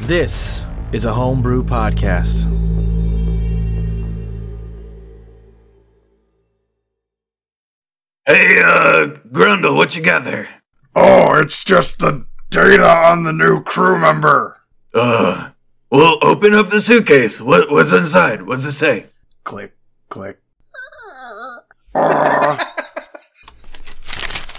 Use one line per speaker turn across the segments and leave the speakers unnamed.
This is a homebrew podcast.
Hey, uh, Grundle, what you got there?
Oh, it's just the data on the new crew member.
Uh, well, open up the suitcase. What, what's inside? What's it say?
Click, click. Uh,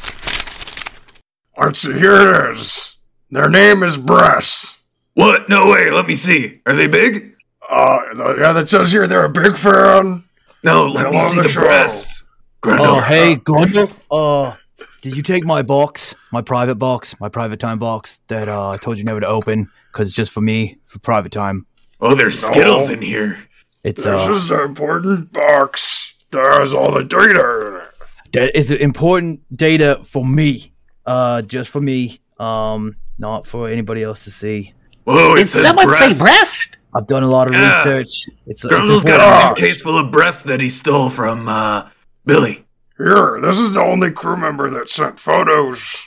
let's see, here it is. Their name is Bress.
What? No way. Let me see. Are they big?
Uh, th- yeah, that says here they're a big fan.
No, let
I
me
love
see
the
the,
show.
breasts.
Oh,
Grundle,
hey, Grundle. Uh, did you take my box, my private box, my private time box that uh, I told you never to open because it's just for me, for private time?
oh, there's Skittles
No.
in here.
It's
This
uh,
is an important box. There is all the data in it.
that is important data for me, uh, just for me, um, not for anybody else to see.
Whoa, it
Did
says
someone
breasts.
say breast?
I've done a lot of
Yeah.
research. It's, it's
Grundle's
important.
got a suitcase full of breasts that he stole from, uh, Billy.
Here, this is the only crew member that sent photos.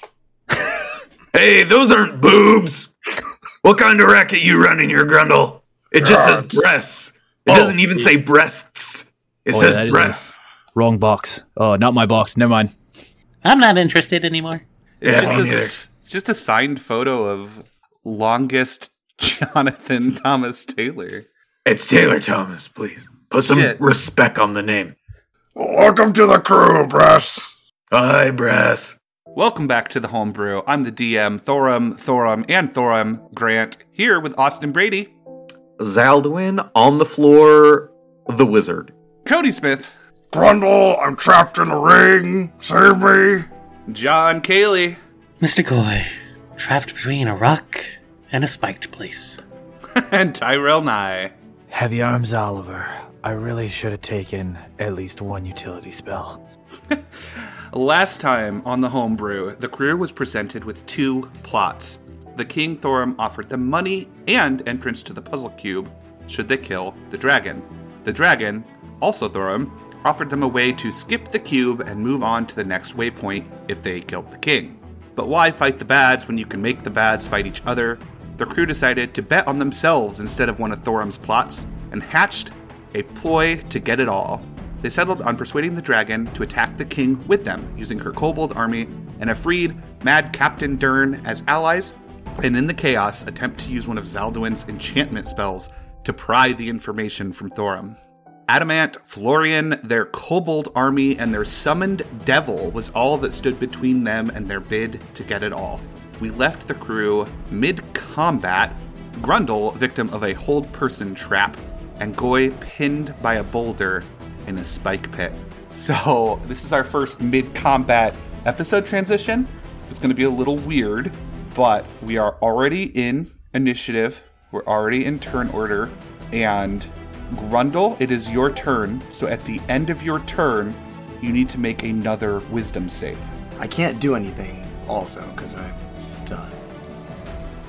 Hey, those aren't boobs. What kind of racket you running here, Grundle? It just says
Gross.
breasts. It
Oh,
doesn't even say breasts. It
Oh, yeah,
says
that is a-
breasts.
wrong box. Oh, not my box. Never mind.
I'm not interested anymore.
Yeah,
It's just,
me
a,
neither.
s- it's just a signed photo of longest Jonathan Thomas Taylor.
It's Taylor Thomas, please. Put some
Shit.
respect on the name.
Welcome to the crew, Bress.
Hi, Brass.
Welcome back to the Homebrew. I'm the DM, Thorum, Thorum, and Thorum Grant, here with Austin Brady,
Zaldwin on the floor, the wizard.
Cody Smith,
Grundle, I'm trapped in a ring. Save me.
John Cayley.
Mr. Goy, trapped between a rock and a spiked place.
and Tyrell Nye.
Heavy Arms Oliver, I really should have taken at least one utility spell.
Last time on the homebrew, the crew was presented with two plots. The King Thorum offered them money and entrance to the puzzle cube should they kill the dragon. The dragon, also Thorum, offered them a way to skip the cube and move on to the next waypoint if they killed the king. But why fight the bads when you can make the bads fight each other? The crew decided to bet on themselves instead of one of Thorum's plots and hatched a ploy to get it all. They settled on persuading the dragon to attack the king with them, using her kobold army and a freed mad Captain Dern as allies, and in the chaos, attempt to use one of Zaldwin's enchantment spells to pry the information from Thorum. Adamant, Florian, their kobold army, and their summoned devil was all that stood between them and their bid to get it all. We left the crew mid combat, Grundle, victim of a hold person trap, and Goy pinned by a boulder in a spike pit. So, this is our first mid combat episode transition. It's going to be a little weird, but we are already in initiative, we're already in turn order, and Grundle, it is your turn. So at the end of your turn, you need to make another wisdom save.
I can't do anything also because I'm stunned.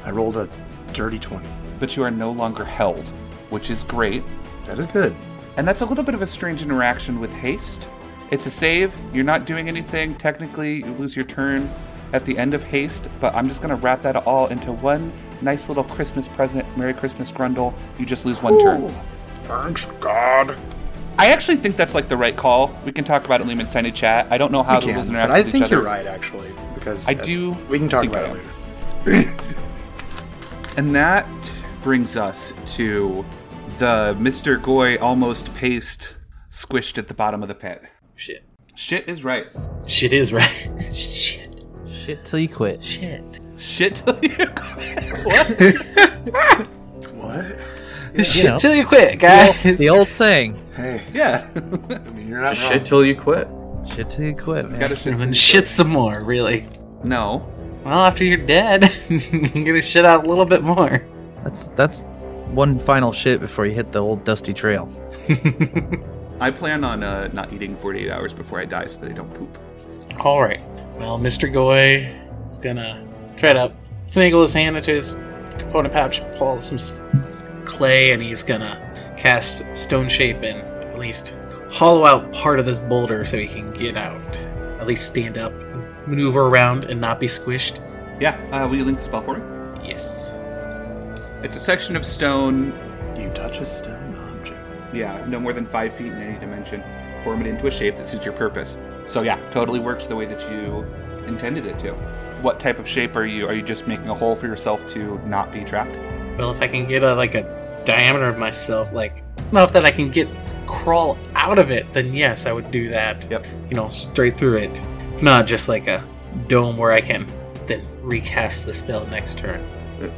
I rolled a dirty 20.
But you are no longer held, which is great.
That is good.
And that's a little bit of a strange interaction with haste. It's a save. You're not doing anything. Technically, you lose your turn at the end of haste, but I'm just going to wrap that all into one nice little Christmas present. Merry Christmas, Grundle. You just lose one turn.
Thanks, God.
I actually think that's like the right call. We can talk about it in Lehman's Tiny Chat. I don't know how
I
the rules
can,
interact
but I
with each
think you're
other.
right actually because uh,
I
that-
do
We can talk
think
about
I
it
am.
later.
And that brings us to the Mr. Goy almost paste squished at the bottom of the pit.
Shit.
Shit is right.
Shit is right. Shit.
Shit till you quit.
Shit.
Shit till you
What?
Shit till you quit, guys.
The old saying.
Hey,
Yeah.
I mean, you're not
Shit
wrong.
till you quit.
Shit till you quit, man.
Gotta shit
And
till
then
you
shit some more, really.
quit. No.
Well, after you're dead, I'm gonna shit out a little bit more.
That's that's one final shit before you hit the old dusty trail.
I plan on uh, not eating 48 hours before I die so that I don't poop.
All right. Well, Mr. Goy is gonna try to finagle his hand into his component pouch, pull out some s- clay, and he's gonna cast stone shape and at least hollow out part of this boulder so he can get out. At least stand up, maneuver around, and not be squished.
Yeah. Uh, will you link the spell for me?
Yes.
It's a section of stone
You touch a stone object.
Yeah, no more than five feet in any dimension. Form it into a shape that suits your purpose. So yeah, totally works the way that you intended it to. What type of shape are you? Are you just making a hole for yourself to not be trapped?
Well, if I can get a, like a diameter of myself, like enough that I can get crawl out of it, then yes, I would do that.
Yep.
You know, straight through it. If not, just like a dome where I can then recast the spell next turn.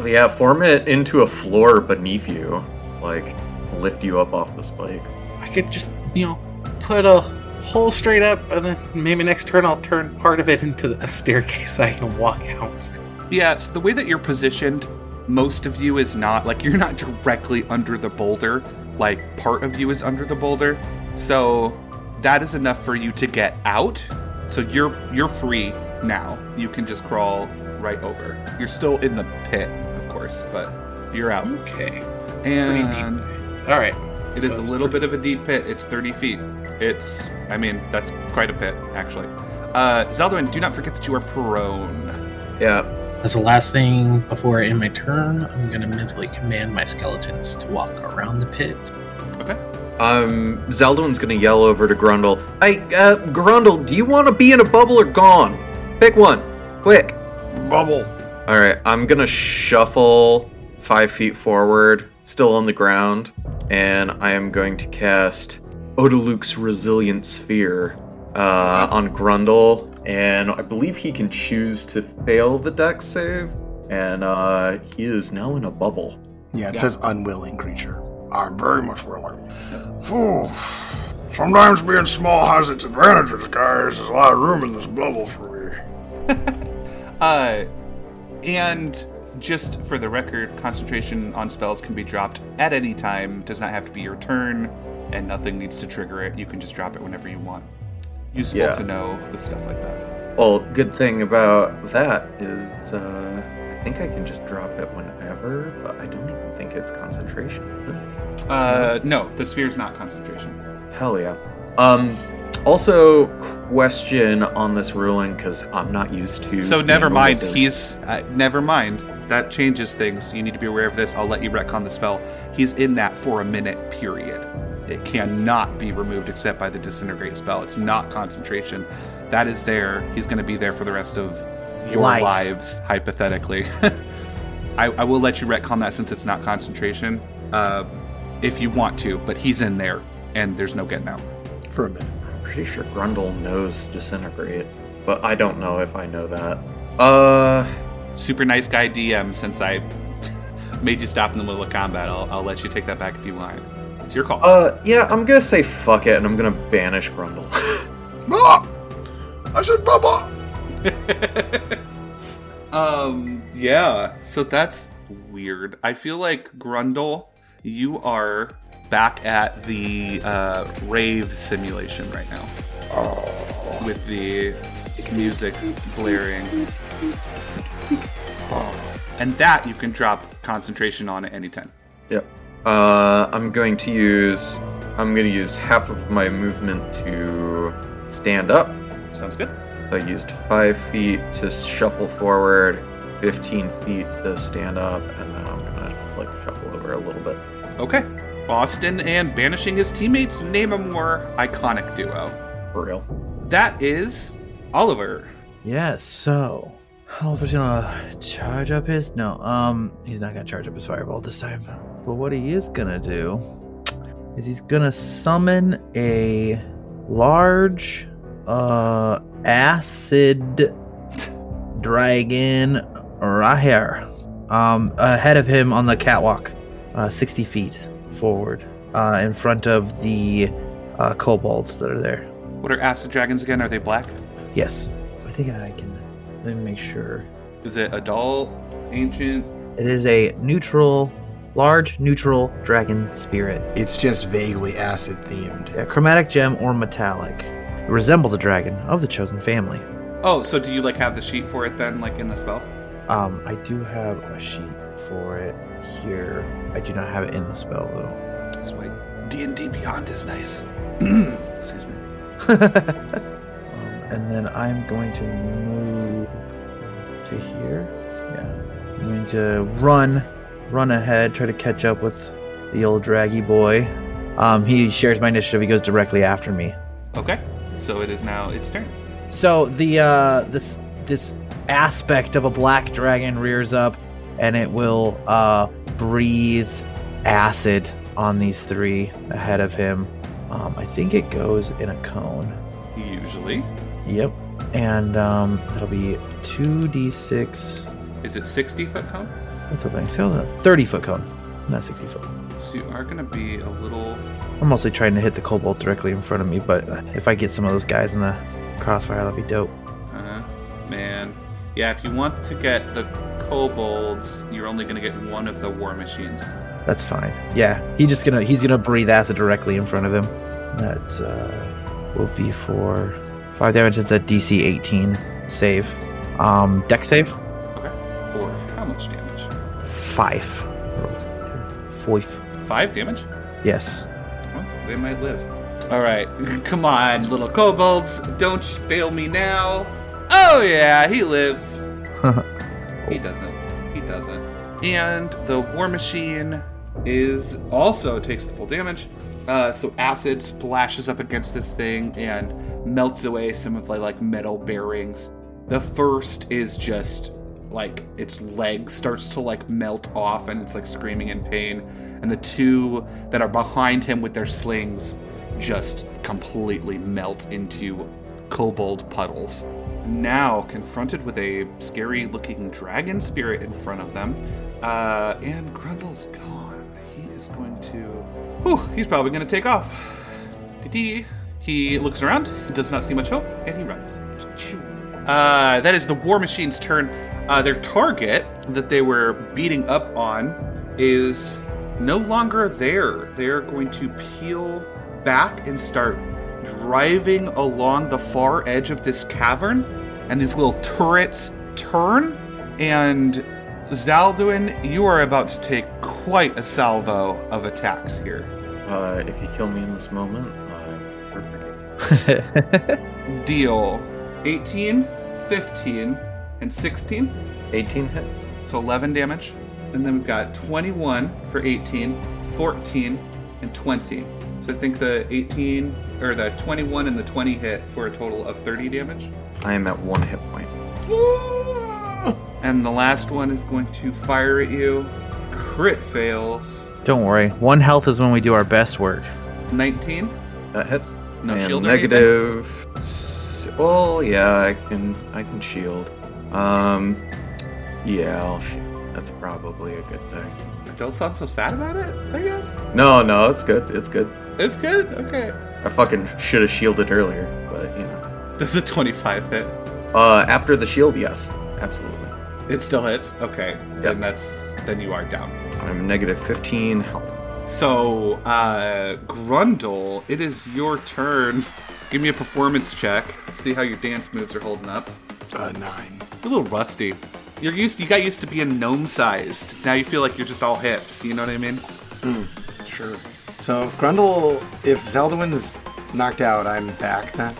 Yeah, form it into a floor beneath you. Like, lift you up off the spikes.
I could just, you know, put a hole straight up, and then maybe next turn I'll turn part of it into a staircase so I can walk out.
Yeah, so the way that you're positioned, most of you is not like you're not directly under the boulder. Like part of you is under the boulder. So that is enough for you to get out. So you're you're free now. You can just crawl right over. You're still in the pit, of course, but you're out.
Okay. It's pretty
and
deep. All right.
It is
So
a
it's
little
pretty-
bit of a deep pit. It's 30 feet. It's, I mean, that's quite a pit, actually. Uh, Zeldwin, do not forget that you are prone.
Yeah,
As the last thing before I end my turn, I'm going to mentally command my skeletons to walk around the pit.
Okay.
um, Zeldwin's gonna yell over to Grundle. Hey, uh, Grundle, do you want to be in a bubble or gone? Pick one, quick.
Bubble.
All right, I'm gonna shuffle five feet forward, still on the ground, and I am going to cast Odaluke's Resilient Sphere uh, on Grundle, and I believe he can choose to fail the Dex save, and uh, he is now in a bubble.
Yeah, it says unwilling creature.
I'm very much willing. Phew. Sometimes being small has its advantages, guys. There's a lot of room in this bubble for me.
Uh, and just for the record, concentration on spells can be dropped at any time. Does not have to be your turn, and nothing needs to trigger it. You can just drop it whenever you want. Useful
Yeah.
to know with stuff like that.
Well, good thing about that is uh, I think I can just drop it whenever, but I don't even think it's concentration. Is it?
Uh, no, the sphere is not concentration.
Hell yeah. Um, also, question on this ruling because I'm not used to.
So never
being
mind.
wizard.
He's uh, never mind. That changes things. You need to be aware of this. I'll let you retcon the spell. He's in that for a minute period. It cannot be removed except by the disintegrate spell. It's not concentration. That is there. He's going to be there for the rest of your
Life.
lives, hypothetically. I, I will let you retcon that since it's not concentration, uh, if you want to. But he's in there, and there's no getting out.
For a minute.
I'm pretty sure Grundle knows disintegrate, but I don't know if I know that. Uh,
super nice guy DM since I made you stop in the middle of combat. I'll, I'll let you take that back if you want. It's your call.
uh, yeah, I'm gonna say fuck it, and I'm gonna banish Grundle.
Bubble! I said bubble!
um, yeah. So that's weird. I feel like Grundle, you are back at the uh, rave simulation right now. Oh. With the music blaring. And that you can drop concentration on at any time.
yep. Uh, I'm going to use. I'm gonna use half of my movement to stand up.
Sounds good.
So I used five feet to shuffle forward, 15 feet to stand up, and then I'm gonna like shuffle over a little bit.
Okay. Boston and banishing his teammates name a more iconic duo.
For real.
That is Oliver.
Yeah, so Oliver's gonna charge up his no, um he's not gonna charge up his fireball this time. But what he is gonna do is he's gonna summon a large uh acid dragon right here. Um ahead of him on the catwalk. Uh sixty feet forward. Uh in front of the uh kobolds that are there.
What are acid dragons again? Are they black?
Yes. I think I can let me make sure.
Is it adult, ancient?
It is a neutral, large neutral dragon spirit.
It's just vaguely acid themed.
A chromatic gem or metallic. It resembles a dragon of the chosen family.
Oh, so do you like have the sheet for it then, like in the spell?
Um, I do have a sheet for it here. I do not have it in the spell though.
Sweet. D and D Beyond is nice. Excuse me.
um, and then I'm going to move to here. Yeah. I'm going to run run ahead, try to catch up with the old draggy boy. Um, he shares my initiative. He goes directly after me.
Okay, so it is now its turn.
So the uh, this this aspect of a black dragon rears up, and it will uh, breathe acid on these three ahead of him. Um, I think it goes in a cone.
Usually,
Yep, and um, that'll be two d six
is it 60 foot cone?
What's up, Banks? Hill's a 30 foot cone, not 60 foot.
So you are going to be a little.
I'm mostly trying to hit the kobold directly in front of me, but if I get some of those guys in the crossfire, that'd be dope.
Uh, man, yeah. If you want to get the kobolds, you're only going to get one of the war machines.
That's fine. Yeah, he's just gonna he's gonna breathe acid directly in front of him. That's uh, will be for five damage. It's a DC 18 save. Um, deck save
Okay, for how much damage?
five. Five.
Five damage.
Yes.
Well, they might live. All right, come on, little kobolds, don't fail me now. Oh yeah, he lives. he doesn't. He doesn't. And the war machine is also takes the full damage. Uh, so acid splashes up against this thing and melts away some of the like metal bearings. The first is just like its leg starts to like melt off and it's like screaming in pain and the two that are behind him with their slings just completely melt into kobold puddles now confronted with a scary looking dragon spirit in front of them uh, and grundle's gone he is going to whew, he's probably going to take off Dee-dee. he looks around does not see much hope and he runs uh, that is the War Machine's turn. Uh, their target that they were beating up on is no longer there. They're going to peel back and start driving along the far edge of this cavern. And these little turrets turn. And Zalduin, you are about to take quite a salvo of attacks here.
Uh, if you kill me in this moment, I'm perfect.
Deal 18, 15, and 16.
18 hits.
So 11 damage. And then we've got 21 for 18, 14, and 20. So I think the 18 or the 21 and the 20 hit for a total of 30 damage.
I am at one hit point.
And the last one is going to fire at you. Crit fails.
Don't worry. One health is when we do our best work.
19.
That hits.
No
and
shield or
Negative. s- Well, yeah, I can. I can shield. Um, yeah, I'll shield. That's probably a good thing.
I don't sound so sad about it, I guess.
No, no, it's good. It's good.
It's good. Okay.
I fucking should have shielded earlier, but you know.
Does a 25 hit?
Uh, after the shield, yes, absolutely.
It still hits. Okay.
Yep.
Then that's then you are down.
I'm negative 15 health.
So, uh, Grundle, it is your turn. Give me a performance check. See how your dance moves are holding up.
Uh, nine.
You're a little rusty. You're used. you got used to being gnome sized. Now you feel like you're just all hips. You know what I mean?
Sure. So if Grundle, if Zeldwin is knocked out, I'm back then.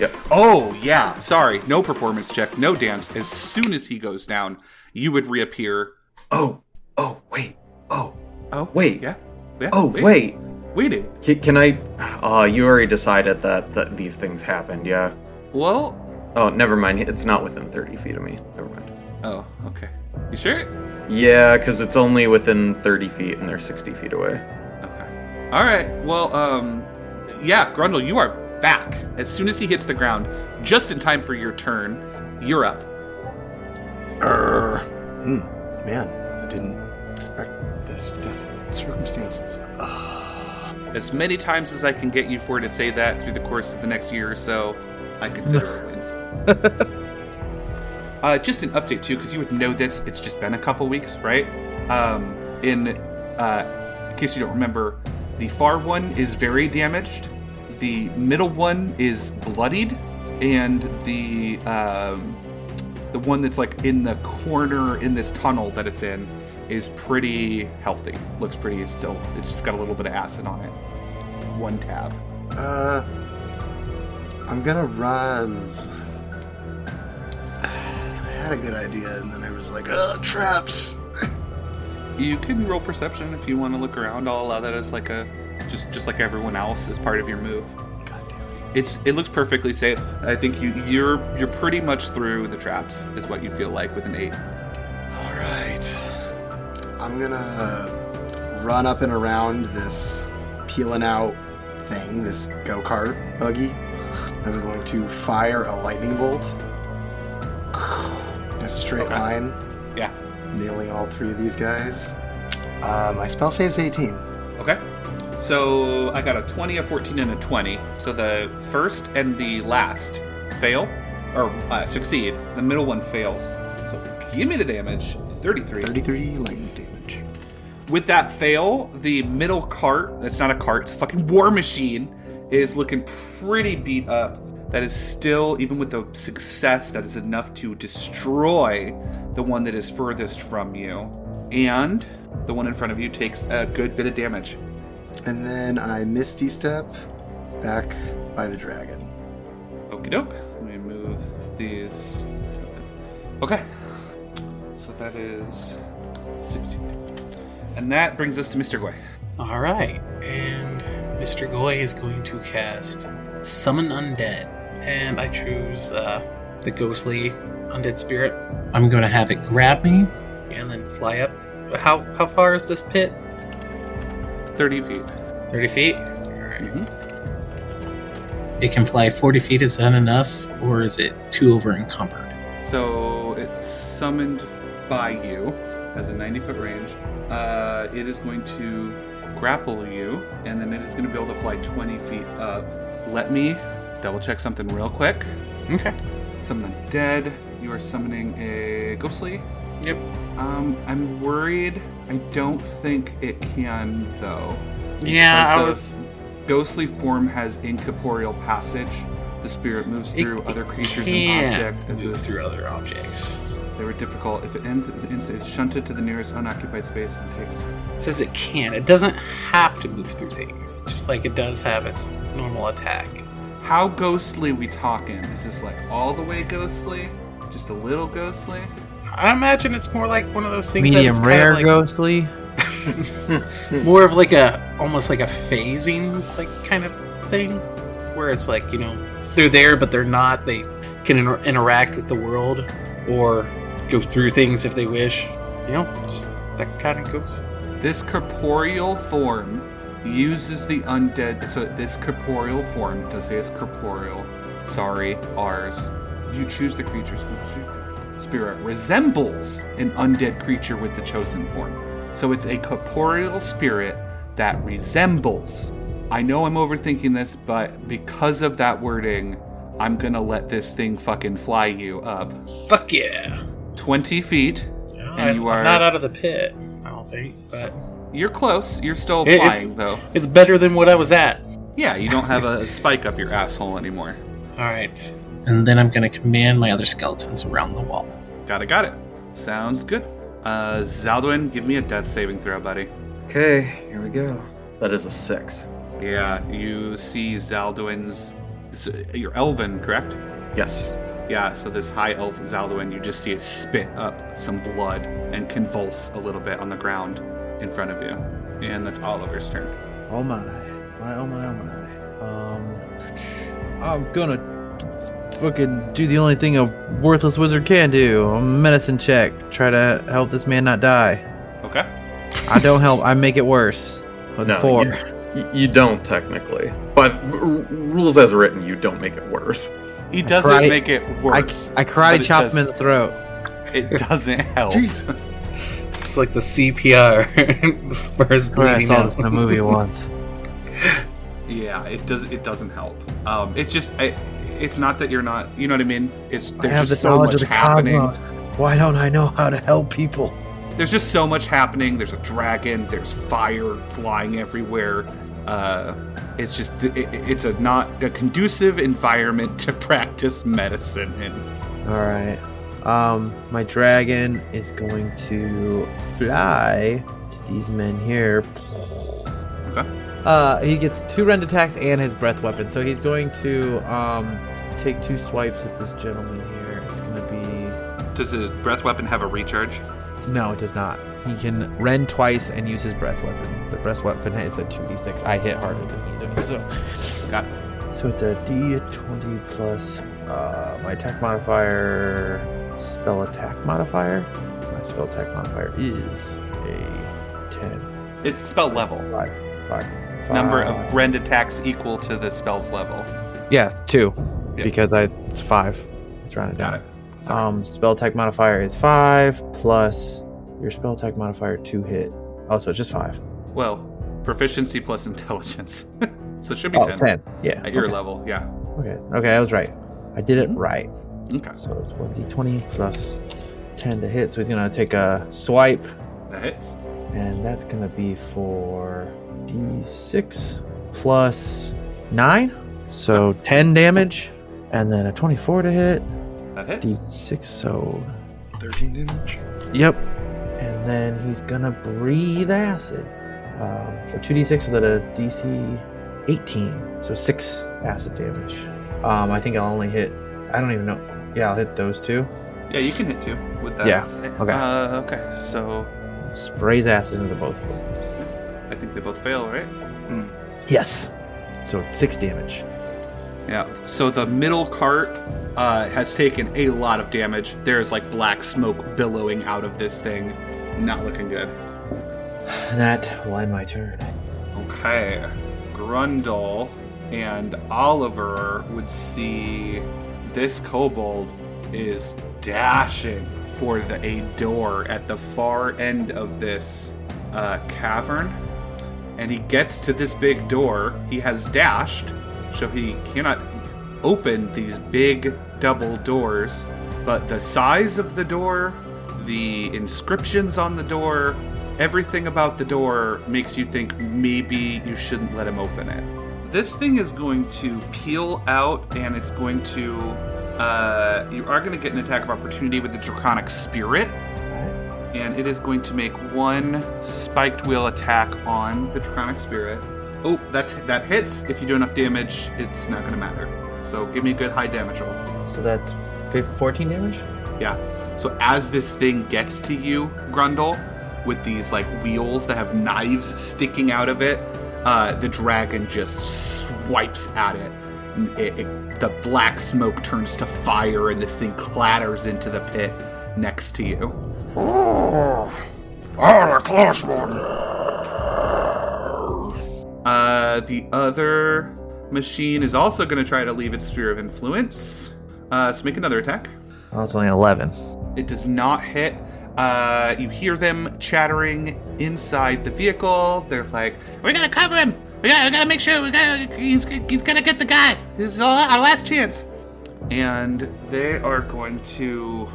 Yep.
Oh yeah. Sorry. No performance check. No dance. As soon as he goes down, you would reappear.
Oh, oh, wait, oh,
Oh
Wait.
Yeah. Yeah,
oh, wait.
Waited.
Ca- Can I? Uh, you already decided that, that these things happened, yeah.
Well.
Oh, never mind. It's not within 30 feet of me. Never mind.
Oh. Okay. You sure?
Yeah, because it's only within 30 feet and they're 60 feet away.
Okay. All right. Well, um, yeah, Grundle, you are back. As soon as he hits the ground, just in time for your turn, you're up.
Err. Hmm. Man, I didn't expect this to- circumstances.
As many times as I can get you for to say that through the course of the next year or so, I consider it a win. uh, just an update too, because you would know this. It's just been a couple weeks, right? Um, in uh, in case you don't remember, the far one is very damaged. The middle one is bloodied, and the um, the one that's like in the corner in this tunnel that it's in is pretty healthy. Looks pretty still. It's just got a little bit of acid on it. One tab.
Uh, I'm gonna run. I had a good idea, and then I was like, "Uh, traps."
You can roll perception if you want to look around. I'll allow that as like a just just like everyone else as part of your move. It's it looks perfectly safe. I think you you're you're pretty much through the traps is what you feel like with an eight.
All right. I'm gonna uh, run up and around this peeling out thing, this go kart buggy. I'm going to fire a lightning bolt in a straight
Okay.
line,
Yeah.
nailing all three of these guys. Uh, my spell save's 18.
Okay. So I got a 20, a 14, and a 20. So the first and the last fail, or uh, succeed. The middle one fails. So give me the damage 33.
33 lightning damage.
With that fail, the middle cart, that's not a cart, it's a fucking war machine, is looking pretty beat up. That is still, even with the success, that is enough to destroy the one that is furthest from you. And the one in front of you takes a good bit of damage.
And then I Misty Step back by the dragon.
Okie doke. Let me move these. Okay. So that is 16. And that brings us to Mr. Gwei.
All right, and Mr. Goy is going to cast Summon Undead, and I choose uh, the ghostly undead spirit. I'm going to have it grab me and then fly up. How how far is this pit?
30 feet.
Thirty feet. All right. Mm-hmm. It can fly forty feet. Is that enough, or is it too over encumbered?
So it's summoned by you, has a 90 foot range. Uh, it is going to grapple you, and then it is going to be able to fly 20 feet up. Let me double check something real quick.
Okay.
Summon dead. You are summoning a ghostly.
Yep.
Um, I'm worried. I don't think it can though.
Yeah, I was.
Because the Ghostly form has incorporeal passage. The spirit moves
It-
through
it
other creatures
can
and object as
move
if
through other objects.
they were difficult. If it ends, it's instant- it's shunted to the nearest unoccupied space and takes time.
It says it can. It doesn't have to move through things, just like it does have its normal attack.
How ghostly we talking? Is this like all the way ghostly? Just a little ghostly?
I imagine it's more like one of those things.
Medium
that's
rare
kind of
ghostly.
like, more of like a almost like a phasing like kind of thing, where it's like you know they're there but they're not. They can inter- interact with the world or go through things if they wish. You know, just that kind of ghost.
This corporeal form uses the undead. So this corporeal form does say it's corporeal. Sorry, ours. You choose the creature's which spirit resembles an undead creature with the chosen form. So it's a corporeal spirit that resembles. I know I'm overthinking this, but because of that wording, I'm gonna let this thing fucking fly you up
Fuck yeah!
20 feet.
And
you are-
not out of the pit. I don't think, but
You're close. You're still
It- it's-
flying though.
it's better than what I was at.
Yeah, you don't have a spike up your asshole anymore.
All right. And then I'm going to command my other skeletons around the wall.
Got it, got it. Sounds good. Uh, Zaldwin, give me a death saving throw, buddy.
Okay, here we go. That is a six.
Yeah, you see Zaldwin's. s- You're elven, correct?
Yes.
Yeah, so this high elf Zaldwin, you just see it spit up some blood and convulse a little bit on the ground in front of you. And that's Oliver's turn.
Oh my. My oh my oh my. Um I'm gonna fucking do the only thing a worthless wizard can do. A medicine check. Try to help this man not die.
Okay.
I don't help, I make it worse. With a
No,
four.
you- You, you don't technically, but r- rules as written, you don't make it worse.
He doesn't
Karate-
make it
I,
worse.
I
But
karate
it
chop
does-
him in the throat.
It doesn't help.
It's like the CPR for his
I
bleeding
saw this
out.
in a movie once.
Yeah, it does. It doesn't help. Um, it's just, I, it's not that you're not. You know what I mean? It's
I
there's
have
just
the
so
knowledge
much
of the
happening.
cosmos. Why don't I know how to help people?
There's just so much happening. There's a dragon. There's fire flying everywhere. Uh, it's just, it, it- it's a not a conducive environment to practice medicine in.
All right. Um, my dragon is going to fly to these men here.
Okay.
Uh, he gets two rend attacks and his breath weapon, so he's going to um take two swipes at this gentleman here. It's gonna be
Does the breath weapon have a recharge?
No, it does not. He can rend twice and use his breath weapon. The breath weapon is a 2d6. I hit harder than he does, so.
Got
So it's a d20 plus uh, my attack modifier, spell attack modifier. My spell attack modifier is a 10.
It's spell level.
5. 5.
Number
five.
of rend attacks equal to the spell's level.
Yeah, 2.
Yeah.
Because I it's 5. It's rounded down.
Got it. Sorry.
Um, spell attack modifier is five plus your spell attack modifier to hit. Oh, so it's just five.
well, proficiency plus intelligence. so it should be
Oh,
10,
10. Yeah.
at your
okay.
level. Mm-hmm. Yeah.
Okay. Okay, I was right. I did it right.
Okay.
So it's one d twenty plus ten to hit. So he's gonna take a swipe,
That hits.
and that's gonna be for d six plus nine, so ten damage, and then a twenty four to hit.
That hits.
D six, so
13 damage.
Yep. And then he's gonna breathe acid um, for 2d6 with a DC 18. So 6 acid damage. Um, I think I'll only hit. I don't even know. Yeah, I'll hit those two.
Yeah, you can hit two with that.
Yeah, okay.
Uh, okay. So
Sprays acid into both of them.
I think they both fail, right?
Yes. So 6 damage.
Yeah. So the middle cart uh, has taken a lot of damage. There's like black smoke billowing out of this thing. Not looking good.
And that will end my turn.
Okay. Grundle and Oliver would see this kobold is dashing for the a door at the far end of this uh, cavern. And he gets to this big door. He has dashed, so he cannot open these big double doors. But the size of the door, the inscriptions on the door, everything about the door makes you think maybe you shouldn't let him open it. This thing is going to peel out and it's going to. Uh, you are going to get an attack of opportunity with the Draconic Spirit. And it is going to make one spiked wheel attack on the Draconic Spirit. Oh, that's that hits. If you do enough damage, it's not going to matter. So give me a good high damage roll.
So that's fif- 14 damage?
Yeah. So as this thing gets to you, Grundle, with these like wheels that have knives sticking out of it, uh, the dragon just swipes at it. And it, it. The black smoke turns to fire, and this thing clatters into the pit next to you.
Oh, that was a close one.
Uh, the other machine is also going to try to leave its sphere of influence. Uh, so make another attack.
Oh, it's only 11.
It does not hit. Uh, you hear them chattering inside the vehicle. They're like, "We gotta cover him. We gotta, we gotta make sure. We gotta. He's, he's gonna get the guy. This is all, our last chance." And they are going to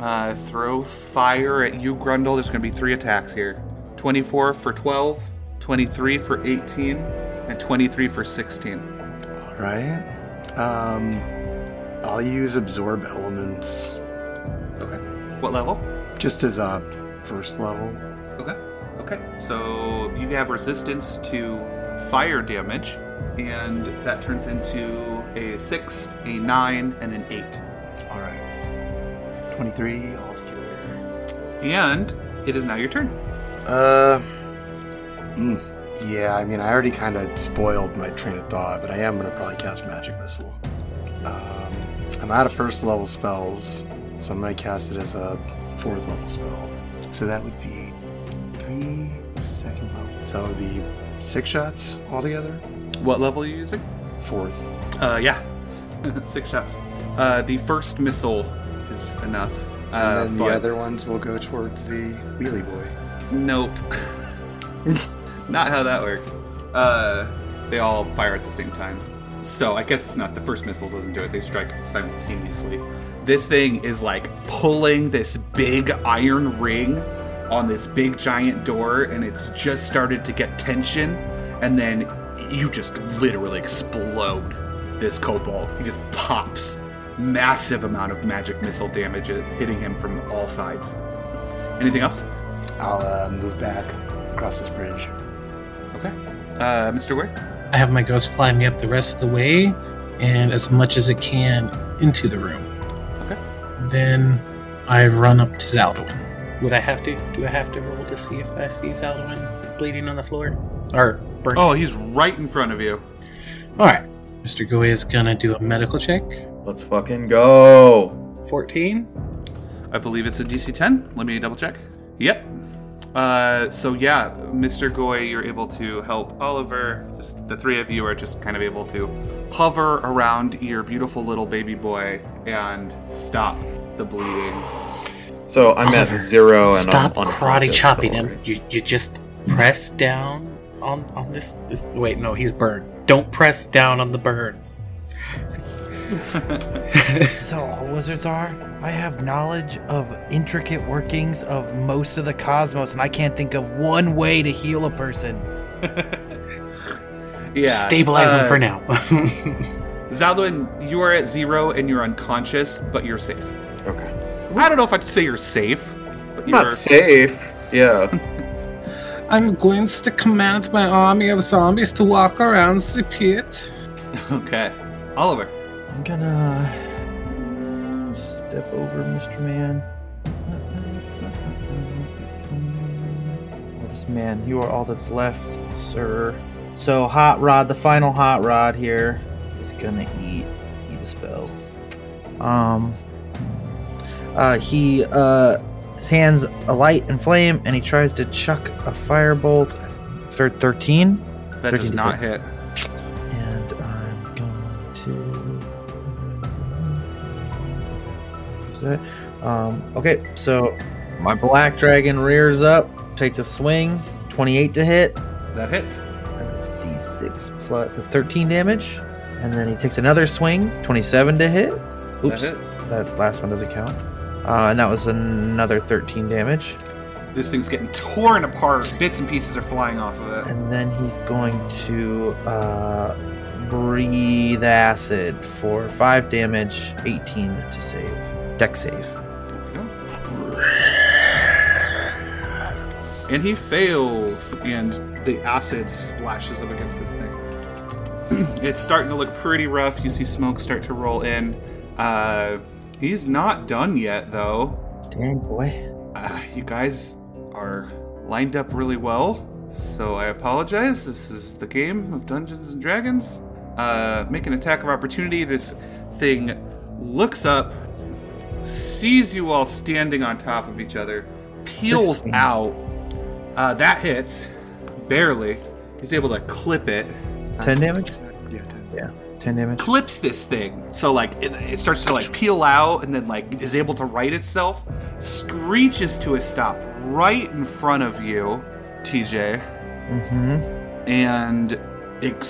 uh, throw fire at you, Grundle. There's gonna be three attacks here: 24 for 12, 23 for 18, and 23 for 16.
All right. Um, I'll use absorb elements
Okay. What level?
just as a first level.
Okay. Okay. So you have resistance to fire damage, and that turns into a six, a nine, and an eight.
All right. 23 altogether.
And it is now your turn.
Uh, mm, yeah, I mean, I already kind of spoiled my train of thought, but I am going to probably cast Magic Missile. Um, I'm out of first level spells, so I'm going to cast it as a fourth level spell. So that would be three second level. So it would be six shots altogether?
What level are you using?
Fourth.
Uh, yeah, six shots. Uh, the first missile is enough. Uh,
and then
but-
the other ones will go towards the wheelie boy.
Nope. not how that works. Uh, they all fire at the same time. So I guess it's not the first missile doesn't do it. They strike simultaneously. This thing is like pulling this big iron ring on this big giant door, and it's just started to get tension, and then you just literally explode this kobold. He just pops. Massive amount of magic missile damage uh, hitting him from all sides. Anything else?
I'll uh, move back across this bridge.
Okay. Uh, Mr. Ware?
I have my ghost fly me up the rest of the way and as much as it can into the room.
Okay.
Then I run up to Zaldwin. Would I have to? Do I have to roll to see if I see Zaldwin bleeding on the floor? Or burnt?
Oh, he's right in front of you.
All right. Mr. Goy is gonna do a medical check.
Let's fucking go.
14.
I believe it's a DC 10. Let me double check. Yep. Uh, so yeah, Mr. Goy, you're able to help Oliver. Just the three of you are just kind of able to hover around your beautiful little baby boy and stop the bleeding.
So I'm at zero and
Stop
I'm
karate
unconscious,
chopping
don't
him.
worry.
You, you just press down on, on this, this. Wait, no, he's burned. Don't press down on the burns.
So, wizards are. I have knowledge of intricate workings of most of the cosmos, and I can't think of one way to heal a person.
Yeah.
Stabilize him
uh,
for now.
Zaldwin, you are at zero and you're unconscious, but you're safe.
Okay.
I don't know if I'd say you're safe, but
I'm not
you're
safe. Yeah.
I'm going to command my army of zombies to walk around the pit.
okay. Oliver.
I'm gonna uh, step over, Mr. Man. Well, Oh, this man, you are all that's left, sir. So, hot rod, the final hot rod here is gonna eat eat a spell. Um, uh, he uh, his hands alight and flame, and he tries to chuck a firebolt. Third thirteen.
That does
13.
not hit.
And I'm going to. Is that? Um, okay, so my black dragon rears up, takes a swing, 28 to hit,
That hits.
and it's d6 plus the 13 damage. And then he takes another swing, 27 to hit. Oops,
That hits.
that last one doesn't count. Uh, and that was another 13 damage.
This thing's getting torn apart. Bits and pieces are flying off of it.
And then he's going to uh, breathe acid for 5 damage, 18 to save. Deck save.
And he fails, and the acid splashes up against this thing. it's starting to look pretty rough. You see smoke start to roll in. Uh, he's not done yet, though.
Dang, boy.
Uh, you guys are lined up really well, so I apologize. This is the game of Dungeons and Dragons. Uh, make an attack of opportunity. This thing looks up, sees you all standing on top of each other, peels
16.
out. Uh, that hits, barely. He's able to clip it.
10 damage?
Yeah, ten.
10 damage.
Clips this thing, so like it, it starts to like peel out, and then like is able to right itself. Screeches to a stop right in front of you, TJ.
Mm-hmm.
and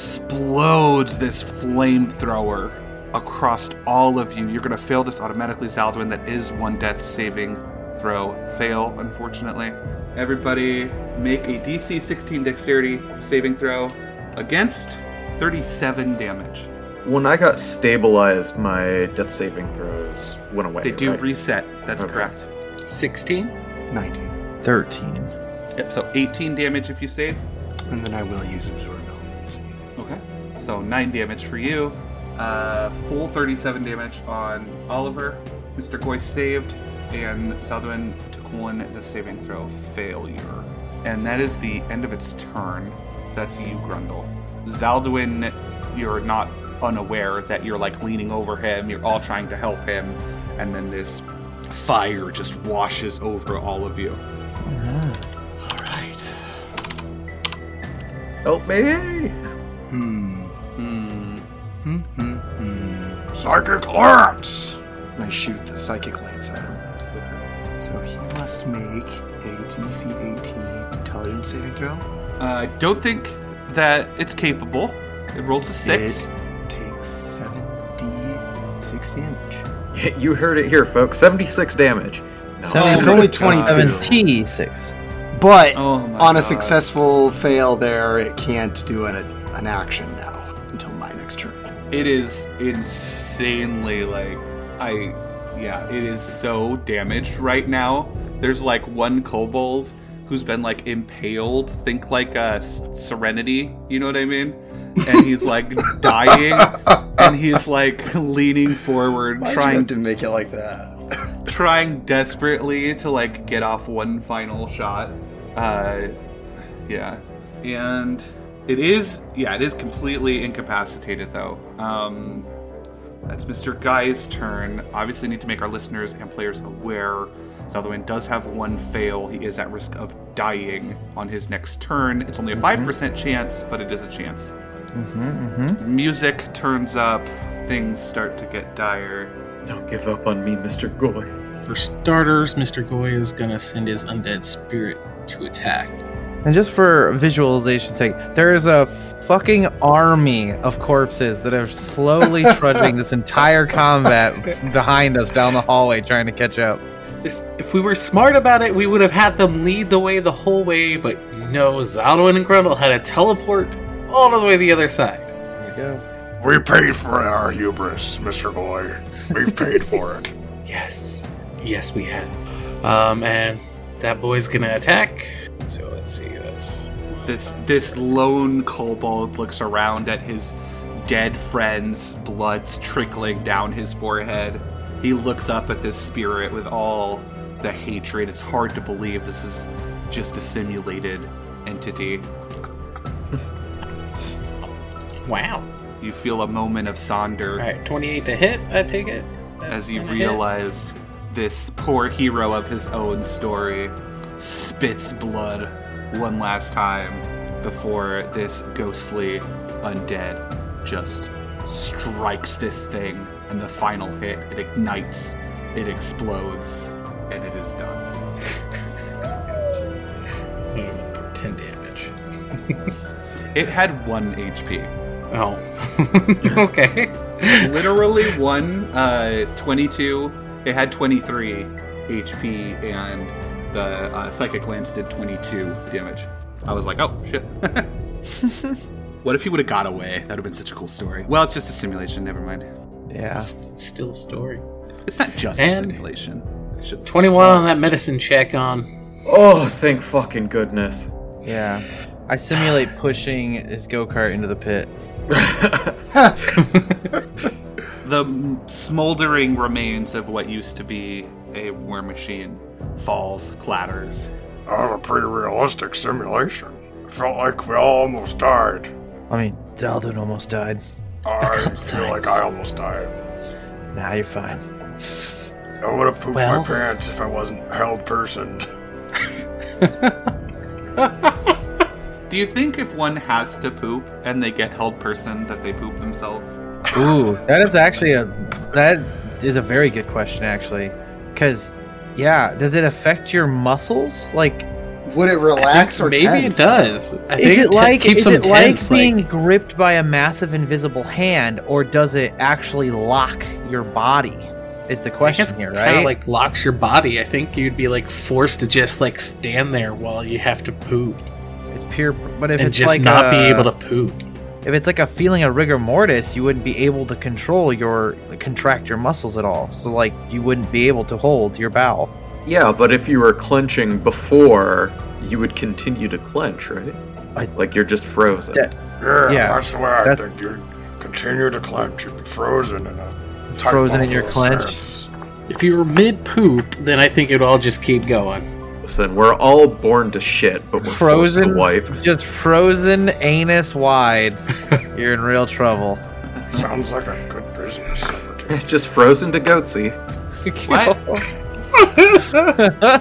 explodes this flamethrower across all of you. You're going to fail this automatically, Zaldwin. That is one death saving throw. Fail, unfortunately. Everybody make a DC 16 dexterity saving throw against 37 damage.
When I got stabilized, my death saving throws went away.
They do
right?
reset. That's
Okay.
correct.
16.
Nineteen.
13.
Yep, so 18 damage if you save.
And then I will use absorb elements again.
Okay. So 9 damage for you. Uh, full 37 damage on Oliver. Mr. Goy saved, and Zaldwin took one the saving throw failure. And that is the end of its turn. That's you, Grundle. Zaldwin, you're not unaware that you're like leaning over him, you're all trying to help him, and then this fire just washes over all of you.
All right.
Help me!
Hmm.
Hmm.
Hmm. Hmm. Hmm.
Psychic Lawrence!
And I shoot the psychic lance at him. So he must make a DC 18 intelligence saving throw.
I Uh, don't think that it's capable. It rolls a 6.
It takes 7d6 damage.
You heard it here, folks. 76 damage. No.
Seventy-
It's only 22.
76.
But
Oh my
on a
God.
successful fail there, it can't do an, an action now until my next turn.
It is insanely like I yeah, it is so damaged right now. There's like one kobold who's been like impaled, think like uh S- serenity, you know what I mean? And he's like dying and he's like leaning forward
Why'd you
trying
have to make it like that?
trying desperately to like get off one final shot. Uh, yeah, and it is yeah it is completely incapacitated though. Um, that's Mr. Guy's turn. Obviously, need to make our listeners and players aware. Sutherland does have one fail. He is at risk of dying on his next turn. It's only a five percent chance, but it is a chance. Music turns up. Things start to get dire.
Don't give up on me, Mr. Goy.
For starters, Mr. Goy is gonna send his undead spirit to attack.
And just for visualization's sake, there is a fucking army of corpses that are slowly trudging this entire combat behind us down the hallway trying to catch up.
This, if we were smart about it, we would have had them lead the way the whole way, but no, Zaldwin and Grundle had to teleport all the way to the other side.
There you go.
We paid for our hubris, Mr. Boy. We've paid for it.
Yes. Yes, we have. Um, and that boy's gonna attack. So let's see, that's.
This this lone kobold looks around at his dead friend's blood's trickling down his forehead. He looks up at this spirit with all the hatred. It's hard to believe this is just a simulated entity.
Wow.
You feel a moment of sonder
Alright, 28 to hit, I take it. That's
as you
gonna hit.
realize this poor hero of his own story spits blood one last time before this ghostly undead just strikes this thing and the final hit it ignites it explodes and it is done
Mm, 10 damage.
it had one hp
Oh.
Oh.
okay.
literally one uh 22 it had 23 hp and the uh, psychic lance did 22 damage i was like oh shit what if he would have got away that would have been such a cool story well it's just a simulation never mind
Yeah.
It's, it's still a story.
it's not just a
And-
simulation I should-
21 on that medicine check on.
Oh, thank fucking goodness.
Yeah. I simulate pushing his go kart into the pit.
the m- smoldering remains of what used to be a war machine falls clatters
That was a pretty realistic simulation. It felt like we all almost died.
I mean, Zaldun almost died.
I
couple
feel like
times.
I almost died.
Nah, you're fine.
I would have pooped
Well-
my pants if I wasn't held person.
do you think if one has to poop and they get held person that they poop themselves
Ooh, that is actually a that is a very good question actually, because yeah, does it affect your muscles? Like,
Would it relax or
Maybe
tense?
it does. I
is it
te-
like
keeps
is
them
it like
tense,
being gripped by a massive invisible hand, or does it actually lock your body? Is the question here,
Kind of
right?
like locks your body. I think you'd be like forced to just like stand there while you have to poop
it's pure, but if
and
it's
just
like
not
a-
be able to poop.
if it's like a feeling of rigor mortis, you wouldn't be able to control your contract your muscles at all. So like you wouldn't be able to hold your bowel.
Yeah, but if you were clenching before, you would continue to clench, right?
I-
Like you're just frozen.
That-
Yeah,
Yeah,
that's the way I
that's-
think you'd continue to clench. You'd be frozen in a tight
Frozen in your
bubble
clench?
sense.
If you were mid poop, then I think it'd all just keep going.
Listen, we're all born to shit, but we're frozen
Frozen,
to wipe.
just frozen anus wide. You're in real trouble.
Sounds like a good business opportunity.
Just frozen to goatsy.
What?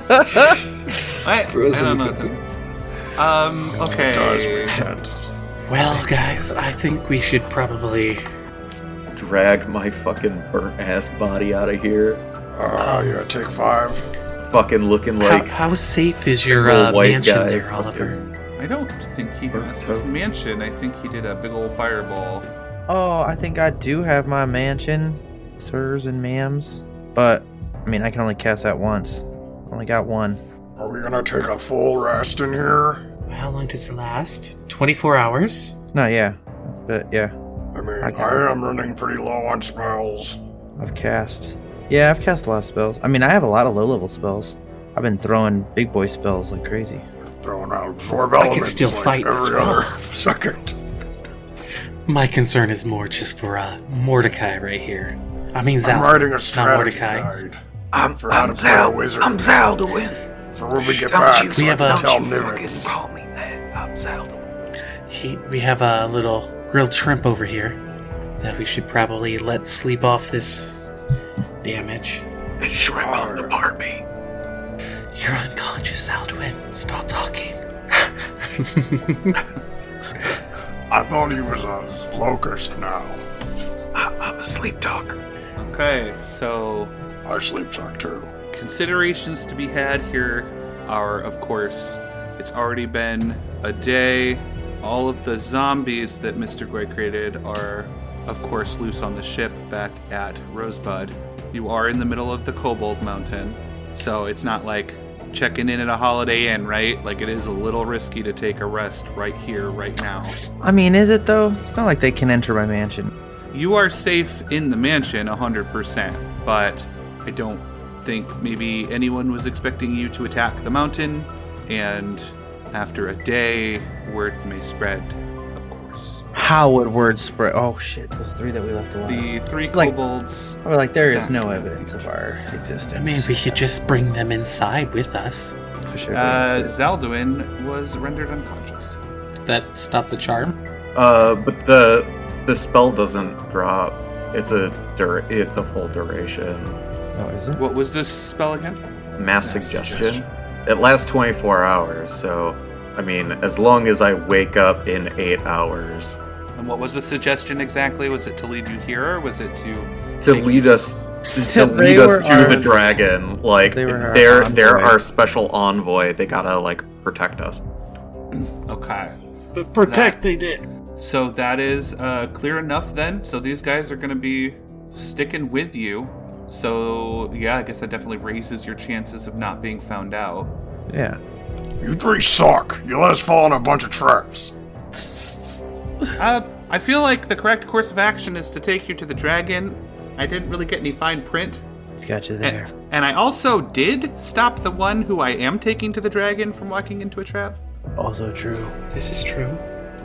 I, I don't know. Um,
It does make
okay.
sense.
Well, guys, I think we should probably.
Drag my fucking burnt ass body out of here.
Uh, yeah, take five.
Fucking looking
How,
like
how safe is your
single
uh,
white
mansion
guy
there, Oliver?
I don't think he
Burnt
messed his
toast.
mansion. I think he did a big old fireball.
Oh, I think I do have my mansion, sirs and ma'ams. But I mean, I can only cast that once. Only got one.
Are we gonna take a full rest in here?
How long does it last? 24 hours?
No, yeah, but yeah,
I mean,
I got
I am running pretty low on spells.
I've cast. Yeah, I've cast a lot of spells. I mean, I have a lot of low-level spells. I've been throwing big boy spells like crazy.
Throwing out absorb
can
elements
still
like
fight as
every
well.
other second.
My concern is more just for uh, Mordecai right here. I mean,
I'm
Zal.
writing a
Not
strategy
Mordecai.
guide.
I'm,
For how
I'm
to play a
Zal.
wizard.
I'm Zal to win.
For when we get
Don't
back,
you-
so I
We have
can
a-
tell
Fucking
Nivitz.
call me that. I'm Zal to win.
He, we have a little grilled shrimp over here that we should probably let sleep off this damage.
And shrimp on the Barbie.
You're unconscious, Aldwin. Stop talking.
I thought he was a locust now.
I, I'm a sleep talker.
Okay, so
I sleep talk too.
considerations to be had here are, of course, it's already been a day. All of the zombies that Mr. Goy created are, of course, loose on the ship back at Rosebud. You are in the middle of the Kobold Mountain, so it's not like checking in at a Holiday Inn, right? Like, it is a little risky to take a rest right here, right now.
I mean, is it though? It's not like they can enter my mansion.
You are safe in the mansion 100%, but I don't think maybe anyone was expecting you to attack the mountain, and after a day, word may spread, of course.
How would word spread? Oh shit, those three that we left alive.
The three
Like-
kobolds.
We're like, there is no evidence of our existence.
I mean, we could just bring them inside with us.
Sure.
Uh, Zalduin was rendered unconscious.
That stop the charm?
Uh, but the the spell doesn't drop. It's a dur- it's a full duration.
oh, is it?
What was this spell again?
Mass suggestion. It lasts 24 hours, so I mean, as long as I wake up in eight hours
And what was the suggestion exactly? Was it to lead you here, or was it to.
to
Thank
lead
you.
us to
They
lead
were
us to
our-
the dragon. Like
They were our
they're they're
envoy.
our special envoy. They gotta like protect us.
Okay.
But
protect
they did.
So that is uh, clear enough then. So these guys are going to be sticking with you. So yeah, I guess that definitely raises your chances of not being found out.
Yeah.
You three suck. You let us fall in a bunch of traps.
Uh, I feel like the correct course of action is to take you to the dragon. I didn't really get any fine print.
It's got you there.
And, and I also did stop the one who I am taking to the dragon from walking into a trap.
also true.
This is true.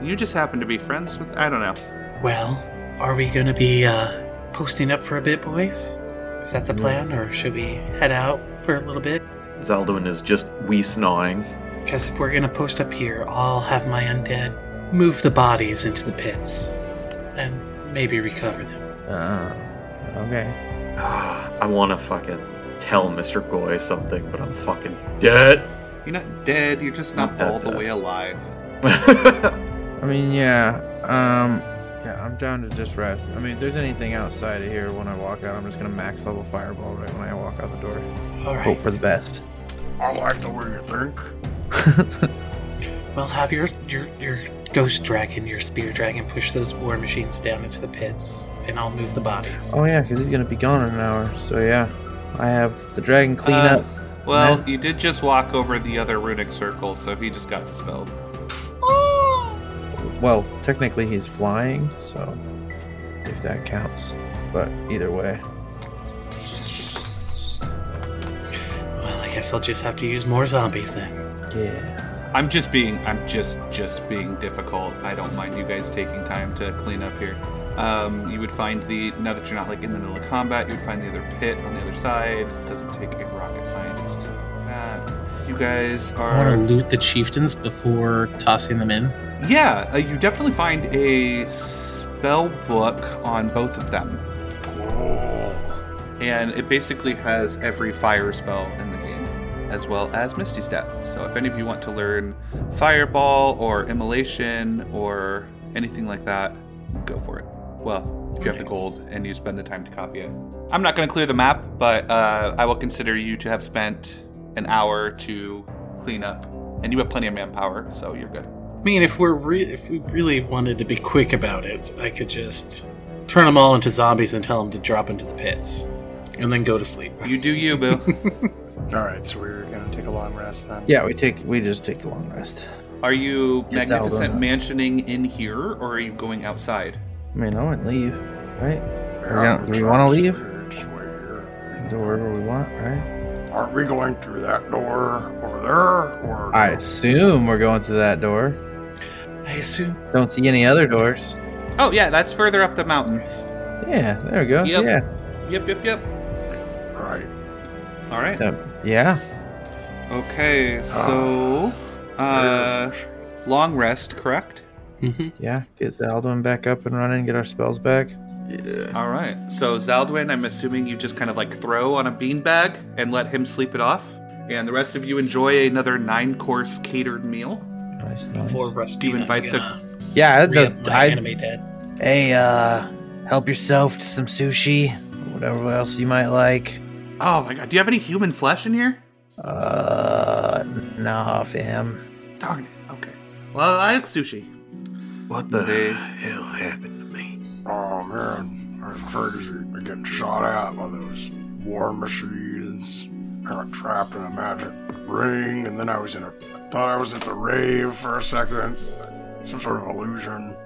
You just happen to be friends with. I don't know.
Well, are we gonna be uh, posting up for a bit, boys? Is that the plan, or should we head out for a little bit?
Zaldwin is just wee snawing.
Because if we're gonna post up here, I'll have my undead move the bodies into the pits and maybe recover them.
Uh, okay.
Ah, I want to fucking tell Mr. Goy something, but I'm fucking dead.
You're not dead. You're just not
Not dead,
all the
though.
way alive.
I mean, yeah. Um, yeah, I'm down to just rest. I mean, if there's anything outside of here when I walk out, I'm just gonna max level fireball right when I walk out the door.
All right.
Hope for the best.
I like the way you think.
Well, have your your your ghost dragon, your spear dragon, push those war machines down into the pits, and I'll move the bodies.
Oh yeah, because he's gonna be gone in an hour. So yeah, I have the dragon clean
Uh,
up.
Well,
Right.
you did just walk over the other runic circle, so he just got dispelled.
Well, technically he's flying, so if that counts. But either way,
Well, I guess I'll just have to use more zombies then.
yeah.
I'm just being I'm just just being difficult. I don't mind you guys taking time to clean up here. Um, you would find the now that you're not like in the middle of combat, you would find the other pit on the other side. Doesn't take a rocket scientist. to do That you guys
I want
are
to loot the chieftains before tossing them in.
yeah. Uh, you definitely find a spell book on both of them,
Whoa.
and it basically has every fire spell in the game, as well as Misty Step. So if any of you want to learn Fireball or Immolation or anything like that, go for it. Well, if you have the
Nice.
gold and you spend the time to copy it. I'm not going to clear the map, but uh, I will consider you to have spent an hour to clean up, and you have plenty of manpower, so you're good.
I mean, if we're re- if we really wanted to be quick about it, I could just turn them all into zombies and tell them to drop into the pits, and then go to sleep.
You do you, boo.
All right, so we're gonna take a long rest then.
Yeah, we take we just take the long rest.
Are you
Yes, I'll do
magnificent
that.
mansioning in here, or are you going outside?
I mean, I wouldn't leave, right?
Yeah,
do we wanna
just-
leave?
just wait here.
Go wherever we want, right?
Aren't we going through that door over there? Or
I assume we're going through that door.
I assume.
Don't see any other doors.
Oh yeah, that's further up the mountain.
Yeah, there we go.
Yep.
Yeah.
Yep, yep, yep.
right.
All right.
So, yeah.
Okay, so
Ah.
uh, long rest, correct?
Mm-hmm.
Yeah. Get Zaldwin back up and running, get our spells back.
Yeah.
All right. So Zaldwin, I'm assuming you just kind of like throw on a beanbag and let him sleep it off, and the rest of you enjoy another nine-course catered meal.
Nice, nice.
For Rusty,
you invite the-
Yeah, the,
the
I,
anime dad.
Hey, uh, help yourself to some sushi,
whatever else you might like.
Oh my god, do you have any human flesh in here?
Uh, nah, fam.
Darn it. Okay. Well, I like sushi.
What the
They-
hell happened to me?
Oh man, that's crazy. They're getting shot at by those war machines. I got trapped in a magic ring, and then I was in a. I thought I was at the rave for a second. Some sort of illusion.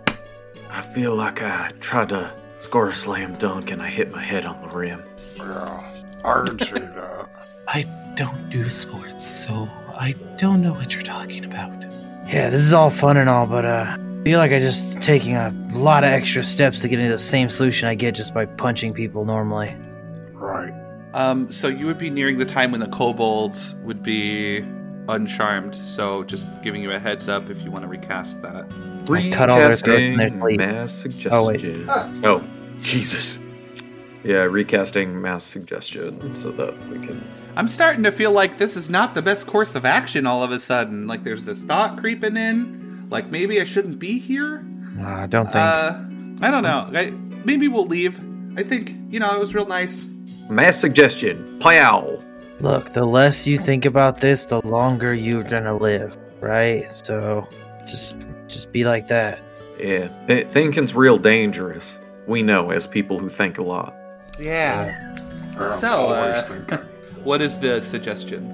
I feel like I tried to score a slam dunk and I hit my head on the rim.
Yeah, I can see that.
I don't do sports, so I don't know what you're talking about.
Yeah, this is all fun and all, but uh, I feel like I just taking a lot of extra steps to get into the same solution I get just by punching people normally.
Right.
Um, so you would be nearing the time when the kobolds would be uncharmed. So just giving you a heads up if you want to recast that.
I cut all their throats and their
Recasting
sleep.
mass suggestion.
Oh, wait.
Oh, Jesus. Yeah, recasting mass suggestion so that we can.
I'm starting to feel like this is not the best course of action all of a sudden. Like there's this thought creeping in, like maybe I shouldn't be here.
Nah, don't think.
Uh, I don't know. I, maybe we'll leave. I think, you know, it was real nice.
Mass suggestion. Plow.
Look, the less you think about this, the longer you're gonna live, right? So, just just be like that.
Yeah, th- thinking's real dangerous. We know as people who think a lot.
Yeah.
Yeah, I'm
So,
always
uh,
thinking.
What is the suggestion?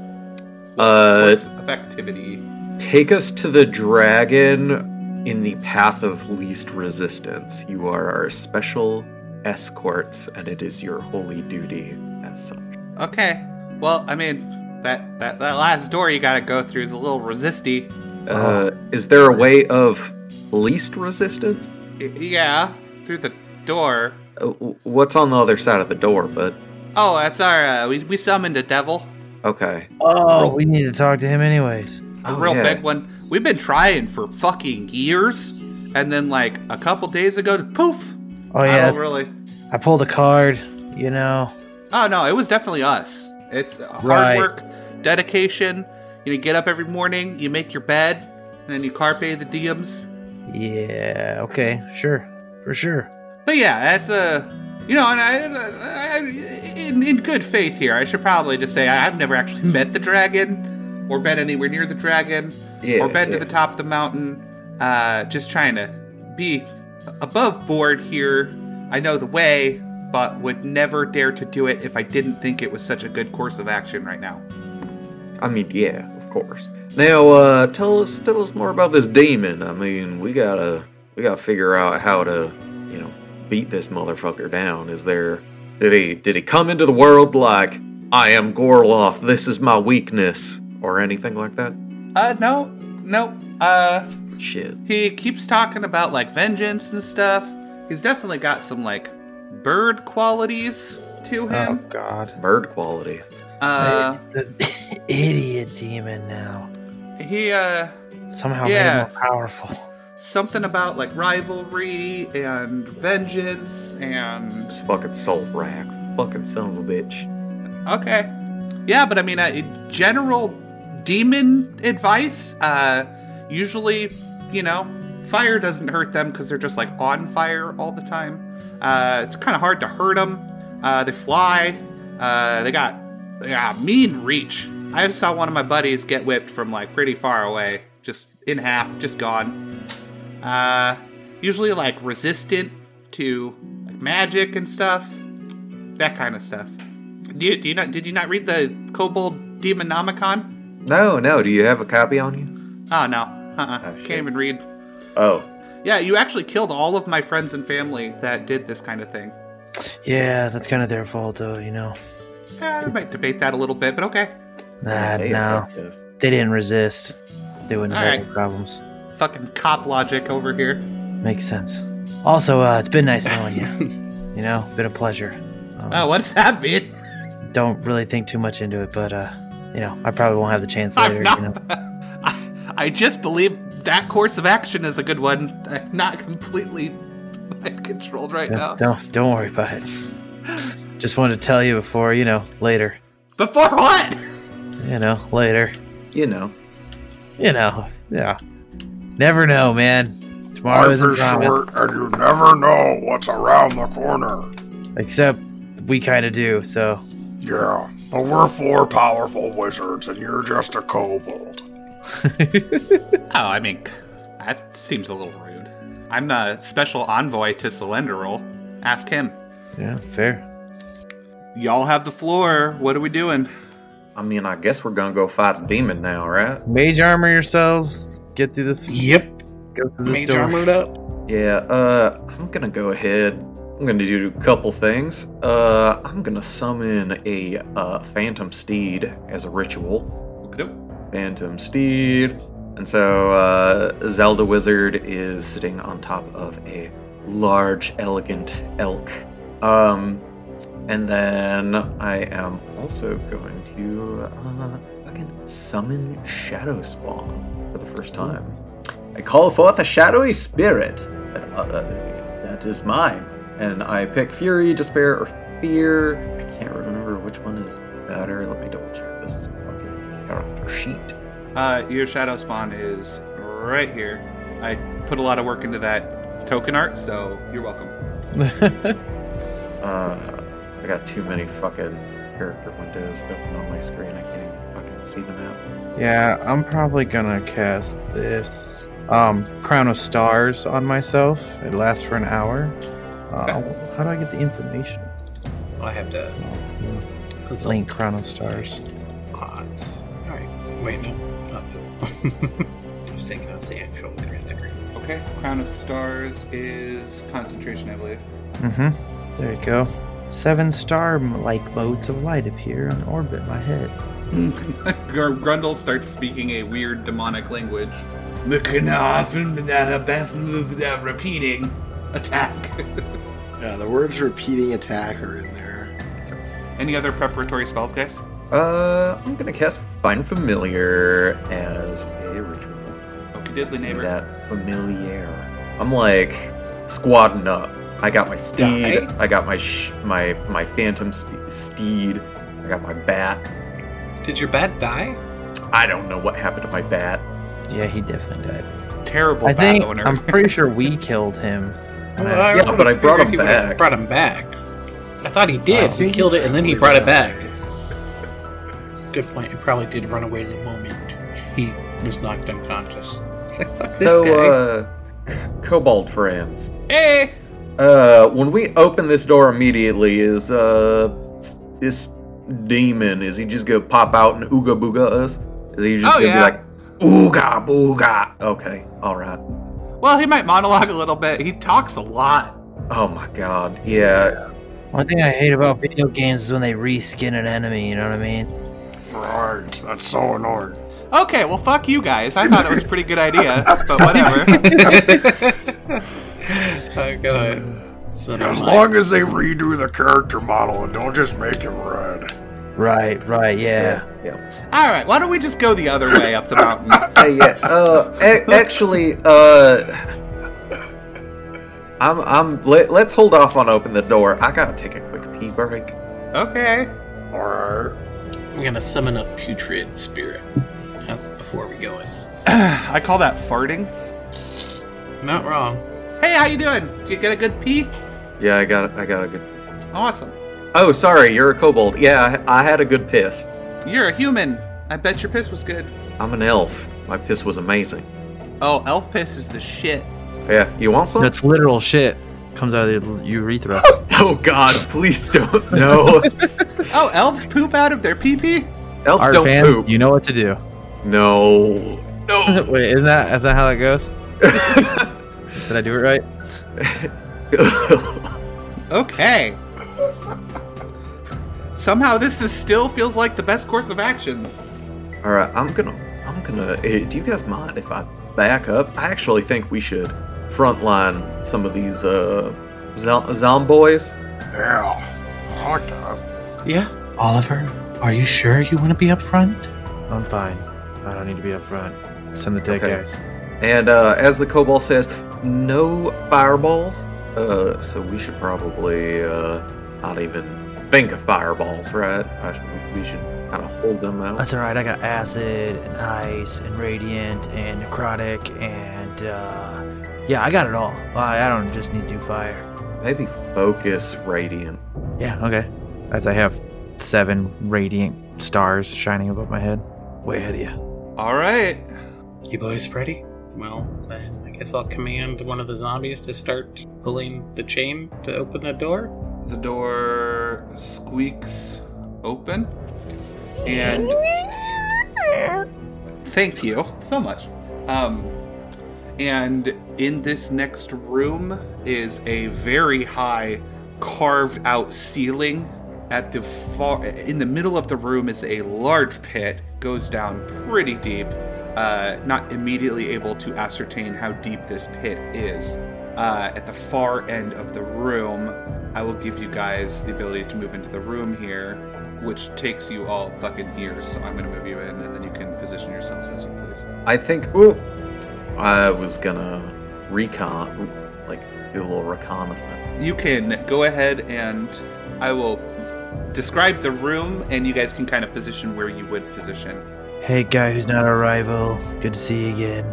Uh,
What's of activity?
take us to the dragon in the path of least resistance. You are our special escorts, and it is your holy duty as such.
Okay. Well, I mean, that, that, that last door you gotta go through is a little resisty.
Uh, is there a way of least resistance?
Y- yeah, through the door.
Uh, w- what's on the other side of the door, but
Oh, that's our, uh, we, we summoned a devil.
okay.
Oh, we need to talk to him anyways.
A
Oh,
real
yeah.
big one. We've been trying for fucking years. And then, like, a couple days ago, poof!
Oh
I
yeah,
don't really.
I pulled a card. You know,
Oh no, it was definitely us. It's hard
Right.
work, dedication. You know, get up every morning, you make your bed, and then you carpe the diems.
yeah, okay, sure, for sure.
But yeah, that's a you know, and I, I in, in good faith here, I should probably just say I, I've never actually met the dragon, or been anywhere near the dragon,
Yeah,
or been
yeah.
to the top of the mountain. Uh, just trying to be above board here. I know the way, but would never dare to do it if I didn't think it was such a good course of action right now.
I mean, yeah, of course. Now, uh, tell us, tell us more about this demon. I mean, we gotta, we gotta figure out how to, you know, beat this motherfucker down. Is there, did he, did he come into the world like, I am Gorloth, this is my weakness, or anything like that?
Uh, no, no. Uh,
Shit.
he keeps talking about like vengeance and stuff. He's definitely got some like bird qualities to
oh,
him.
God.
Bird quality.
Uh,
it's the idiot demon now.
he uh,
Somehow
Yeah.
made him more powerful.
something about like rivalry and vengeance and
This fucking soul rack. Fucking son of a bitch.
okay, yeah. But I mean, uh, general demon advice. Uh, usually, you know, fire doesn't hurt them because they're just like on fire all the time. Uh, it's kind of hard to hurt them. Uh, they fly. Uh, they got they got mean reach. I saw one of my buddies get whipped from like pretty far away, just in half, just gone. Uh, usually like resistant to like magic and stuff, that kind of stuff. Do you, do you not did you not read the Kobold Demonomicon?
No, no. Do you have a copy on you?
Oh no, uh-uh.
shit.
can't even read.
Oh,
Yeah, you actually killed all of my friends and family that did this kind of thing.
Yeah, that's kind of their fault, though. You know.
Eh, I might debate that a little bit, but okay.
Uh,
Nah,
Hey,
no,
fuck this.
they didn't resist. They wouldn't have
All
had
right.
any problems.
Fucking cop logic over here.
Makes sense. Also, uh, it's been nice knowing you. you know, been a pleasure.
Oh, what's Oh, that mean?
don't really think too much into it, but uh, you know, I probably won't have the chance later.
I'm not.
You know?
I, I just believe that course of action is a good one. I'm not completely mind controlled right now.
Don't, don't don't worry about it. Just wanted to tell you before, you know, later.
Before what?
You know, later.
You know.
You know, yeah. Never know, man. Tomorrow
Life
isn't
is
promised.
short, and you never know what's around the corner.
Except we kind of do. So
Yeah, but we're four powerful wizards, and you're just a kobold.
Oh, I mean, that seems a little rude. I'm the special envoy to Solenderol. Ask him.
yeah, fair.
Y'all have the floor. What are we doing?
I mean, I guess we're gonna go fight a demon now, right?
Mage armor yourselves. Get through this.
Yep.
Go through this
Mage
door.
armored up.
Yeah, uh, I'm gonna go ahead. I'm gonna do a couple things. Uh, I'm gonna summon a uh, phantom steed as a ritual. Phantom steed. And so, uh, Zelda Wizard is sitting on top of a large, elegant elk. Um, and then I am also going to uh, fucking summon Shadow Spawn for the first time. I call forth a shadowy spirit that, uh, that is mine, and I pick fury, despair, or fear. I can't remember which one is better. Let me double check this fucking character sheet.
Uh, your shadow spawn is right here. I put a lot of work into that token art, so you're welcome.
Uh, I got too many fucking character windows open on my screen. I can't even fucking see them out.
Yeah, I'm probably gonna cast this um, Crown of Stars on myself. It lasts for an hour. Uh, How do I get the information?
Oh, I have to consult
Link Crown of Stars.
odds. All right. Wait, no, not that. I was thinking I was the actual Grand Theft Auto.
Okay. Crown of Stars is concentration, I believe.
Mm-hmm. There you go. Seven star-like modes of light appear on orbit my head.
Gr- Grundle starts speaking a weird demonic language. repeating attack.
Yeah, the words repeating attack are in there.
Any other preparatory spells, guys?
Uh, I'm gonna cast Find Familiar as a ritual.
Okie diddly
Give me
neighbor.
that familiar. I'm like squadding up. I got my steed.
Die.
I got my sh- my my phantom spe- steed. I got my bat.
Did your bat die?
I don't know what happened to my bat.
Yeah, he definitely died.
Terrible
I
bat
think
owner.
I'm pretty sure we killed him. when I-
Yeah,
would've
but I brought
figured
him
he would've
back.
Brought him back. I thought he
I
did. He
think
killed it and then he brought
probably
it back.
ran away.
Good point. He probably did run away the moment he was knocked unconscious. It's like fuck this
so,
guy.
uh, Cobalt friends.
hey!
Uh, when we open this door immediately, is uh s- this demon? Is he just gonna pop out and ooga booga us? Is he just
Oh,
gonna
yeah.
be like ooga booga? Okay, all right.
Well, he might monologue a little bit. He talks a lot.
Oh my god, yeah.
One thing I hate about video games is when they reskin an enemy. You know what I mean?
Right, that's so annoying.
Okay, well, fuck you guys. I thought it was a pretty good idea, but whatever.
I gotta send him
As
like-
long as they redo the character model and don't just make him red.
Right, right, yeah.
yeah.
All right, why don't we just go the other way up the mountain?
Hey, yeah. Uh, a- actually, uh, I'm, I'm. Let, let's hold off on opening the door. I gotta take a quick pee break.
Okay.
Alright.
I'm gonna summon a putrid spirit. That's before we go in.
I call that farting.
Not wrong.
Hey, how you doing? Did you get a good pee?
Yeah, I got. I got a good.
Awesome.
Oh, sorry, you're a kobold. Yeah, I, I had a good piss.
You're a human. I bet your piss was good.
I'm an elf. My piss was amazing.
Oh, elf piss is the shit.
Yeah, you want some?
That's literal shit. Comes out of the urethra.
oh God, please don't. No,
Oh, elves poop out of their pee pee?
elves
Art
don't
fan,
poop.
you know what to do.
No.
Wait, isn't that is that how that goes? Did I do it right?
Okay. Somehow this is still feels like the best course of action.
All right, I'm gonna, I'm gonna. eh, do you guys mind if I back up? I actually think we should frontline some of these uh, zom- zomboys.
Yeah. I like that.
Yeah. Oliver, are you sure you want to be up front?
I'm fine. I don't need to be up front. Send the dead
Okay.
guys.
And uh, as the kobold says, no fireballs. Uh, so we should probably uh, not even think of fireballs, right? I should, we should kind of hold them out.
That's all right. I got acid and ice and radiant and necrotic and uh, yeah, I got it all. I, I don't just need to do fire.
Maybe focus radiant.
Yeah.
Okay. As I have seven radiant stars shining above my head.
Way ahead of you.
All right.
You boys ready? Well, then I guess I'll command one of the zombies to start pulling the chain to open the door.
The door squeaks open. And thank you so much. Um, and in this next room is a very high carved out ceiling. At the far in the middle of the room is a large pit, goes down pretty deep. Uh, not immediately able to ascertain how deep this pit is. Uh, at the far end of the room, I will give you guys the ability to move into the room here, which takes you all fucking years. So I'm gonna move you in, and then you can position yourselves as you please.
I think. Ooh, I was gonna recon, like do a little reconnaissance.
You can go ahead and I will describe the room, and you guys can kind of position where you would position.
Hey, guy who's not our rival. Good to see you again.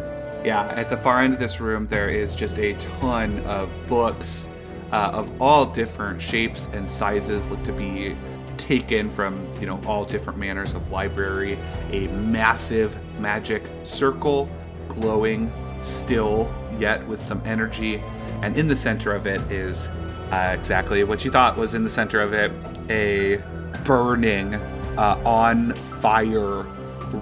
Yeah, at the far end of this room, there is just a ton of books uh, of all different shapes and sizes, look to be taken from, you know, all different manners of library. A massive magic circle, glowing still, yet with some energy. And in the center of it is uh, exactly what you thought was in the center of it a burning, uh, on fire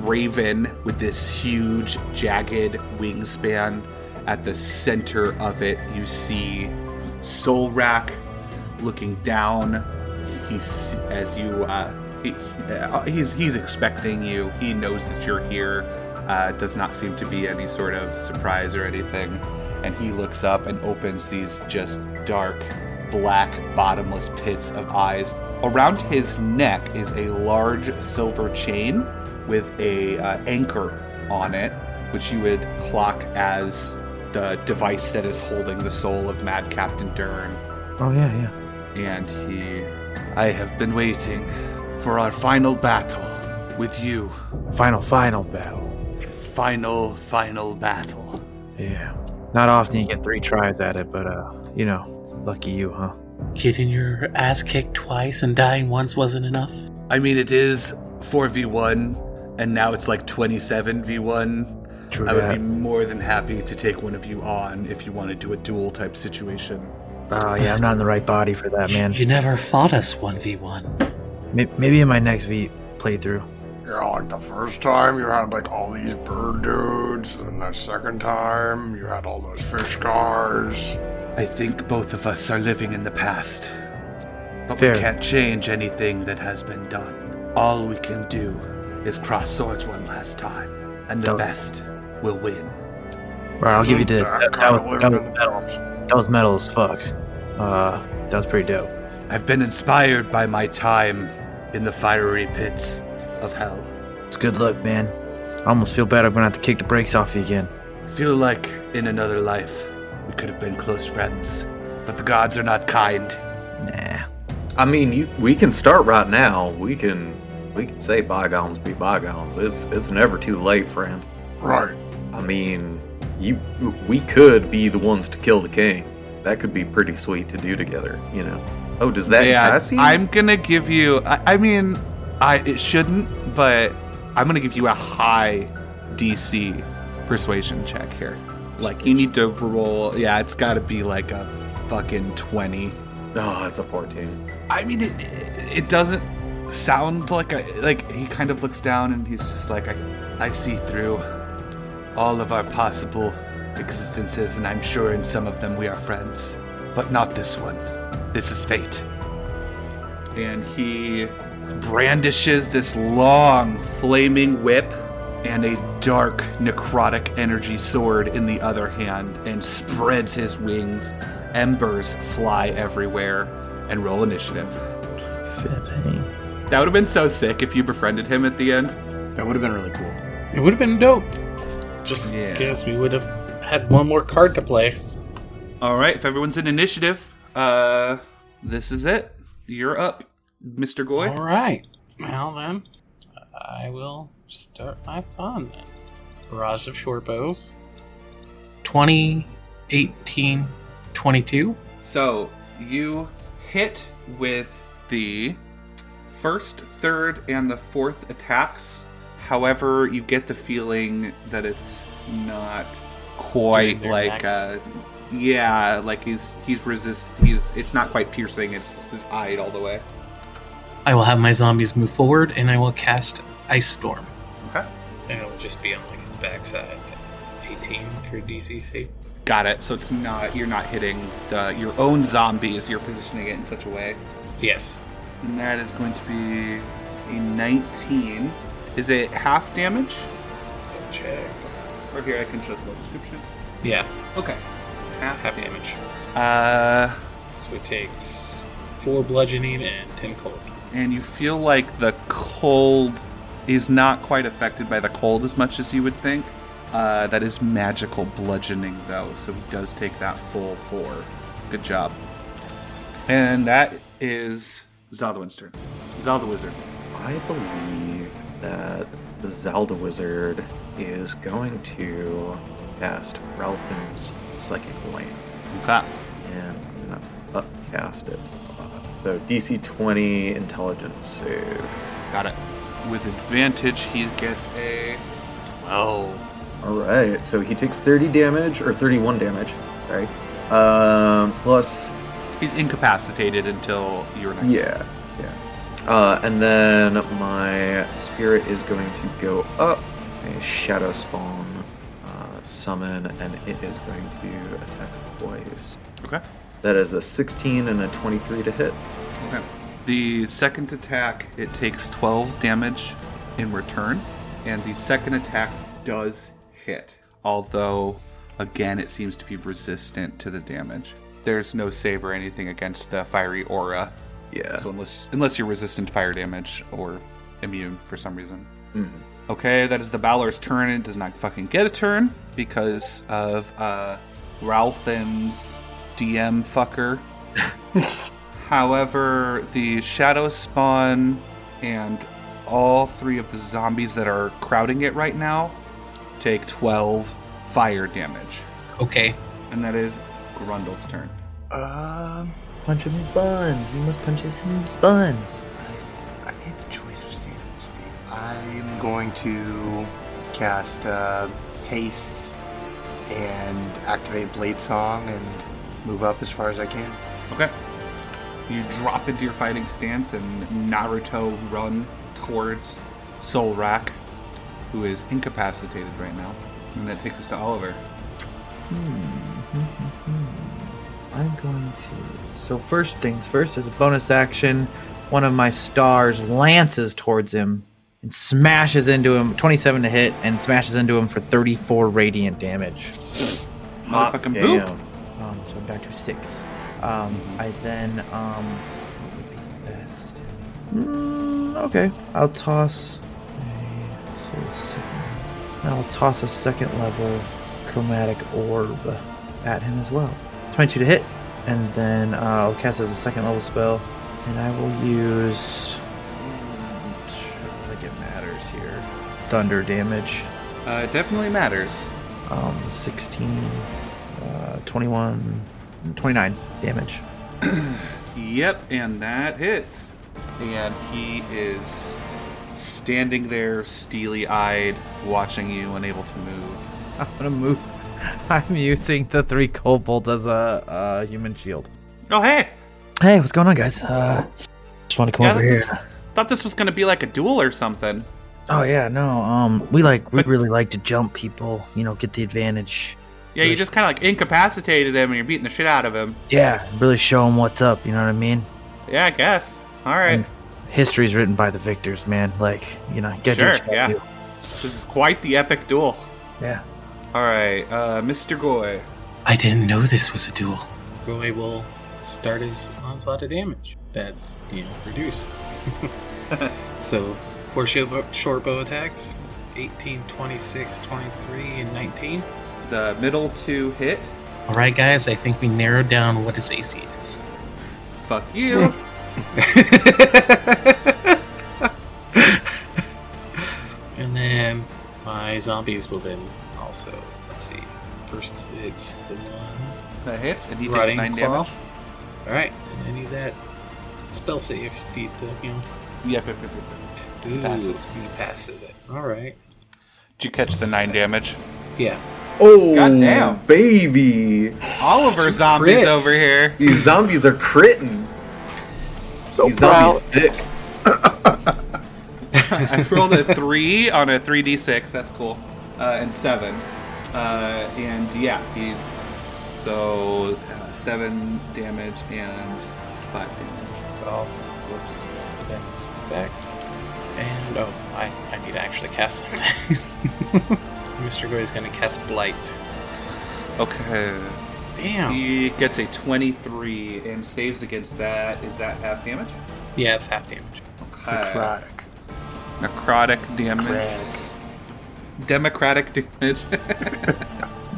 raven with this huge, jagged wingspan. At the center of it, you see Solrak looking down. He's as you uh, he, uh, he's he's expecting you. He knows that you're here. Uh, does not seem to be any sort of surprise or anything. And he looks up and opens these just dark, black, bottomless pits of eyes. Around his neck is a large silver chain with a uh, anchor on it, which you would clock as the device that is holding the soul of Mad Captain Dern.
Oh yeah, yeah.
And he, I have been waiting for our final battle with you.
Final, final battle.
Final, final battle.
Yeah. Not often you get three tries at it, but uh, you know, lucky you, huh?
Getting your ass kicked twice and dying once wasn't enough.
I mean, it is 4v1, and now it's like 27v1.
True
I would
that.
be more than happy to take one of you on if you want to do a duel type situation.
Oh yeah, I'm not in the right body for that, man.
You never fought us 1v1.
May- Maybe in my next V playthrough.
Yeah, like the first time you had like all these bird dudes, and the second time you had all those fish cars.
I think both of us are living in the past. But
Fair.
we can't change anything that has been done. All we can do is cross swords one last time, and the
Don't-
best will win.
All right, I'll give you this.
That
That,
kind of
was,
lived
that,
in the
was,
past.
that was metal as fuck. Uh, that was pretty dope.
I've been inspired by my time in the fiery pits of hell.
It's good luck, man. I almost feel bad I'm gonna have to kick the brakes off you again.
Feel like in another life we could have been close friends, but the gods are not kind.
Nah.
I mean, you, we can start right now. We can we can say bygones be bygones. It's it's never too late, friend.
Right.
I mean, you we could be the ones to kill the king. That could be pretty sweet to do together, you know. Oh, does that
yeah,
entice you?
I'm gonna give you. I, I mean, I it shouldn't, but I'm gonna give you a high DC persuasion check here. Like you need to roll. Yeah, it's got to be like a fucking twenty.
Oh, it's a 14.
I mean, it, it, it doesn't sound like a like. He kind of looks down and he's just like, I, I see through all of our possible existences, and I'm sure in some of them we are friends, but not this one. This is fate. And he brandishes this long flaming whip and a dark necrotic energy sword in the other hand and spreads his wings. Embers fly everywhere and roll initiative.
Fifteen.
That would have been so sick if you befriended him at the end.
That would have been really cool.
It would have been dope. Just
Yeah.
guess we would have had one more card to play.
All right, if everyone's in initiative, uh, this is it. You're up, Mr. Goy.
All right. Well then, I will start my fun. Barrage of short bows. 20, 18, 22.
So you hit with the first, third, and the fourth attacks. However, you get the feeling that it's not quite
Doing their
like,
max.
uh, yeah, like he's he's resist. He's it's not quite piercing. It's his eyed all the way.
I will have my zombies move forward, and I will cast Ice Storm.
Okay.
And it'll just be on like his backside. 18 for DCC.
Got it. So it's not you're not hitting the, your own zombies. You're positioning it in such a way.
Yes.
And that is going to be a 19. Is it half damage?
Check.
Or here I can show the little description.
Yeah,
Okay. So half.
half damage.
Uh,
So it takes four bludgeoning and ten cold.
and you feel like the cold is not quite affected by the cold as much as you would think. Uh, that is magical bludgeoning though, so he does take that full four. Good job. And that is Zaldwin's turn. Zalda Wizard.
I believe that the Zelda Wizard is going to cast Ralphin's Psychic Lane
Okay.
and I'm gonna upcast it. So DC 20 intelligence save.
Got it. With advantage, he gets a 12.
All right, so he takes 30 damage or 31 damage. Sorry. Um, plus
He's incapacitated until your next.
Yeah, yeah. Uh, and then my spirit is going to go up. A shadow spawn uh, summon, and it is going to attack twice.
Okay.
That is a 16 and a 23 to hit.
Okay. The second attack, it takes 12 damage in return, and the second attack does hit. Although, again, it seems to be resistant to the damage. There's no save or anything against the fiery aura.
Yeah.
So unless unless you're resistant to fire damage or immune for some reason.
Mhm.
Okay, that is the Balor's turn. It does not fucking get a turn because of uh, Raltham's DM fucker. However, the Shadow Spawn and all three of the zombies that are crowding it right now take 12 fire damage.
Okay.
And that is Grundle's turn.
Um,
Punch him in his buns. You must punch his in his buns.
I made the choice of staying in the state. I'm going to cast uh, haste and activate Blade Song and move up as far as I can.
Okay. You drop into your fighting stance and Naruto run towards Solrak, who is incapacitated right now. And that takes us to Oliver.
I'm going to. So first things first. As a bonus action, one of my stars lances towards him and smashes into him. 27 to hit and smashes into him for 34 radiant damage.
Motherfucking
Damn.
boop!
Um, so I'm down to six. Um, I then um, what would be the best? Mm, okay, I'll toss. a- so second- I'll toss a second level chromatic orb at him as well. 22 to hit, and then uh, I'll cast as a second level spell, and I will use. I think it matters here. Thunder damage.
Uh, it definitely matters.
Um, 16, uh, 21, 29 damage.
Yep, and that hits. And he is standing there, steely eyed, watching you, unable to move.
I'm gonna move. I'm using the three cobalt as a uh, human shield.
Oh, hey!
Hey, what's going on, guys? Uh, just want to come
Yeah,
over
this
here.
is- Thought this was gonna be like a duel or something.
Oh yeah, no. Um, we like we really like to jump people. You know, get the advantage.
Yeah, you just kind of like incapacitated him and you're beating the shit out of him.
Yeah, really show them what's up. You know what I mean?
Yeah, I guess. All right.
And History's written by the victors, man. Like you know, you gotta do
Sure,
what you gotta
yeah. This is quite the epic duel.
do. yeah.
All right, uh, Mr. Goy.
I didn't know this was a duel. Goy will start his onslaught of damage. That's, you know, reduced. So, four short bow, short bow attacks 18, 26, 23, and 19.
The middle two hit.
All right, guys, I think we narrowed down what his AC is.
Fuck you.
and then my zombies will then also, let's see. First, it's the one.
that hits, and he takes
Rotting
nine
claw.
damage.
All right, and I need that s- spell save. Beat the, you know.
Yep, yep, yep, yep, yep.
Ooh,
Passes.
He passes it. All right.
Did you catch the nine damage?
Yeah.
Oh,
Goddamn.
baby.
Oliver zombies
crits.
over here.
These zombies are critting.
So
These zombies dick.
I rolled a three on a three d six. That's cool, uh, and seven, uh, and yeah, he. So uh, seven damage and five damage.
So, whoops. Then it's effect. And oh, I, I need to actually cast something. Mr. Goy's gonna cast Blight.
Okay.
Damn.
He gets a twenty three and saves against that. Is that half damage?
Yeah, it's half damage.
Okay.
Necrotic.
Necrotic damage.
Necrotic.
Democratic damage.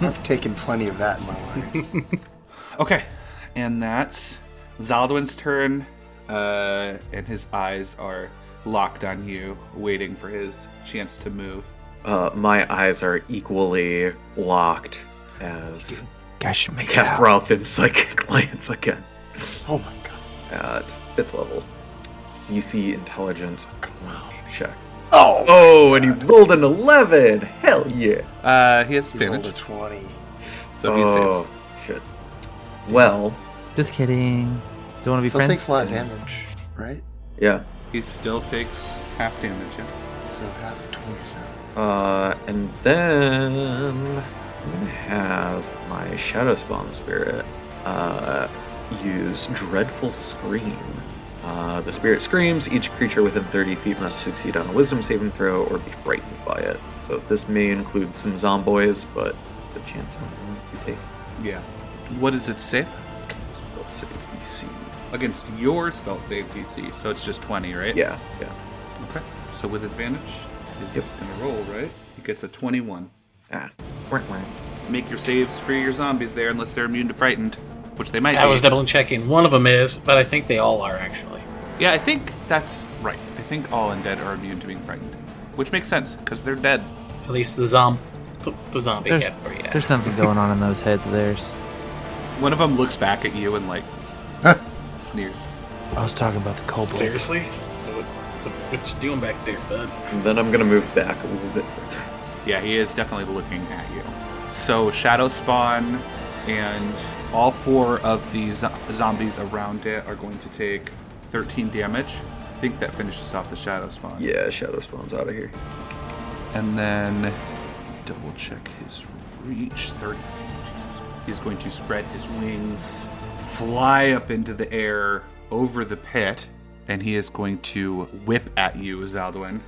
I've taken plenty of that in my life.
okay, and that's Zaldwin's turn, uh, and his eyes are locked on you, waiting for his chance to move.
Uh, my eyes are equally locked as
Gosh, make it
cast
out.
Ralphim Psychic Glance again
Oh my god.
at fifth level. DC Intelligence check.
Oh!
Oh, and he rolled an 11! Hell yeah!
Uh, he has
He rolled a
advantage,
20.
so he
oh,
saves.
shit. Well,
Just kidding. Don't want to be
Still
friends.
takes a lot of damage, right?
yeah.
He still takes half damage. yeah.
So half of 27.
Uh, and then I'm gonna have my Shadow Spawn Spirit uh, use Dreadful Scream. Uh, the spirit screams. Each creature within 30 feet must succeed on a Wisdom saving throw or be frightened by it. So this may include some zomboys, but it's a chance I'm going to take.
Yeah. What does it save?
Spell save DC.
Against your spell save DC, so it's just 20, right?
Yeah, yeah.
Okay. So with advantage,
Yep.
he's just gonna roll, right? He gets a 21.
Ah, wah, wah.
Make your saves for your zombies there, unless they're immune to frightened, which they might
I
be.
was double checking. One of them is, but I think they all are actually.
Yeah, I think that's right. I think all undead are immune to being frightened, which makes sense because they're dead.
At least the zom, the, the zombie
There's-
category. Yeah.
There's nothing going on in those heads of theirs.
One of them looks back at you and like sneers.
I was talking about the kobolds.
Seriously? What, what, what you doing back there, bud?
And then I'm gonna move back a little bit further.
Yeah, he is definitely looking at you. So shadow spawn and all four of the zo- zombies around it are going to take 13 damage. I think that finishes off the shadow spawn.
Yeah, Shadow Spawn's out of here.
And then double check his reach. 30 feet. Jesus. He's going to spread his wings, fly up into the air over the pit, and he is going to whip at you, Zaldwin.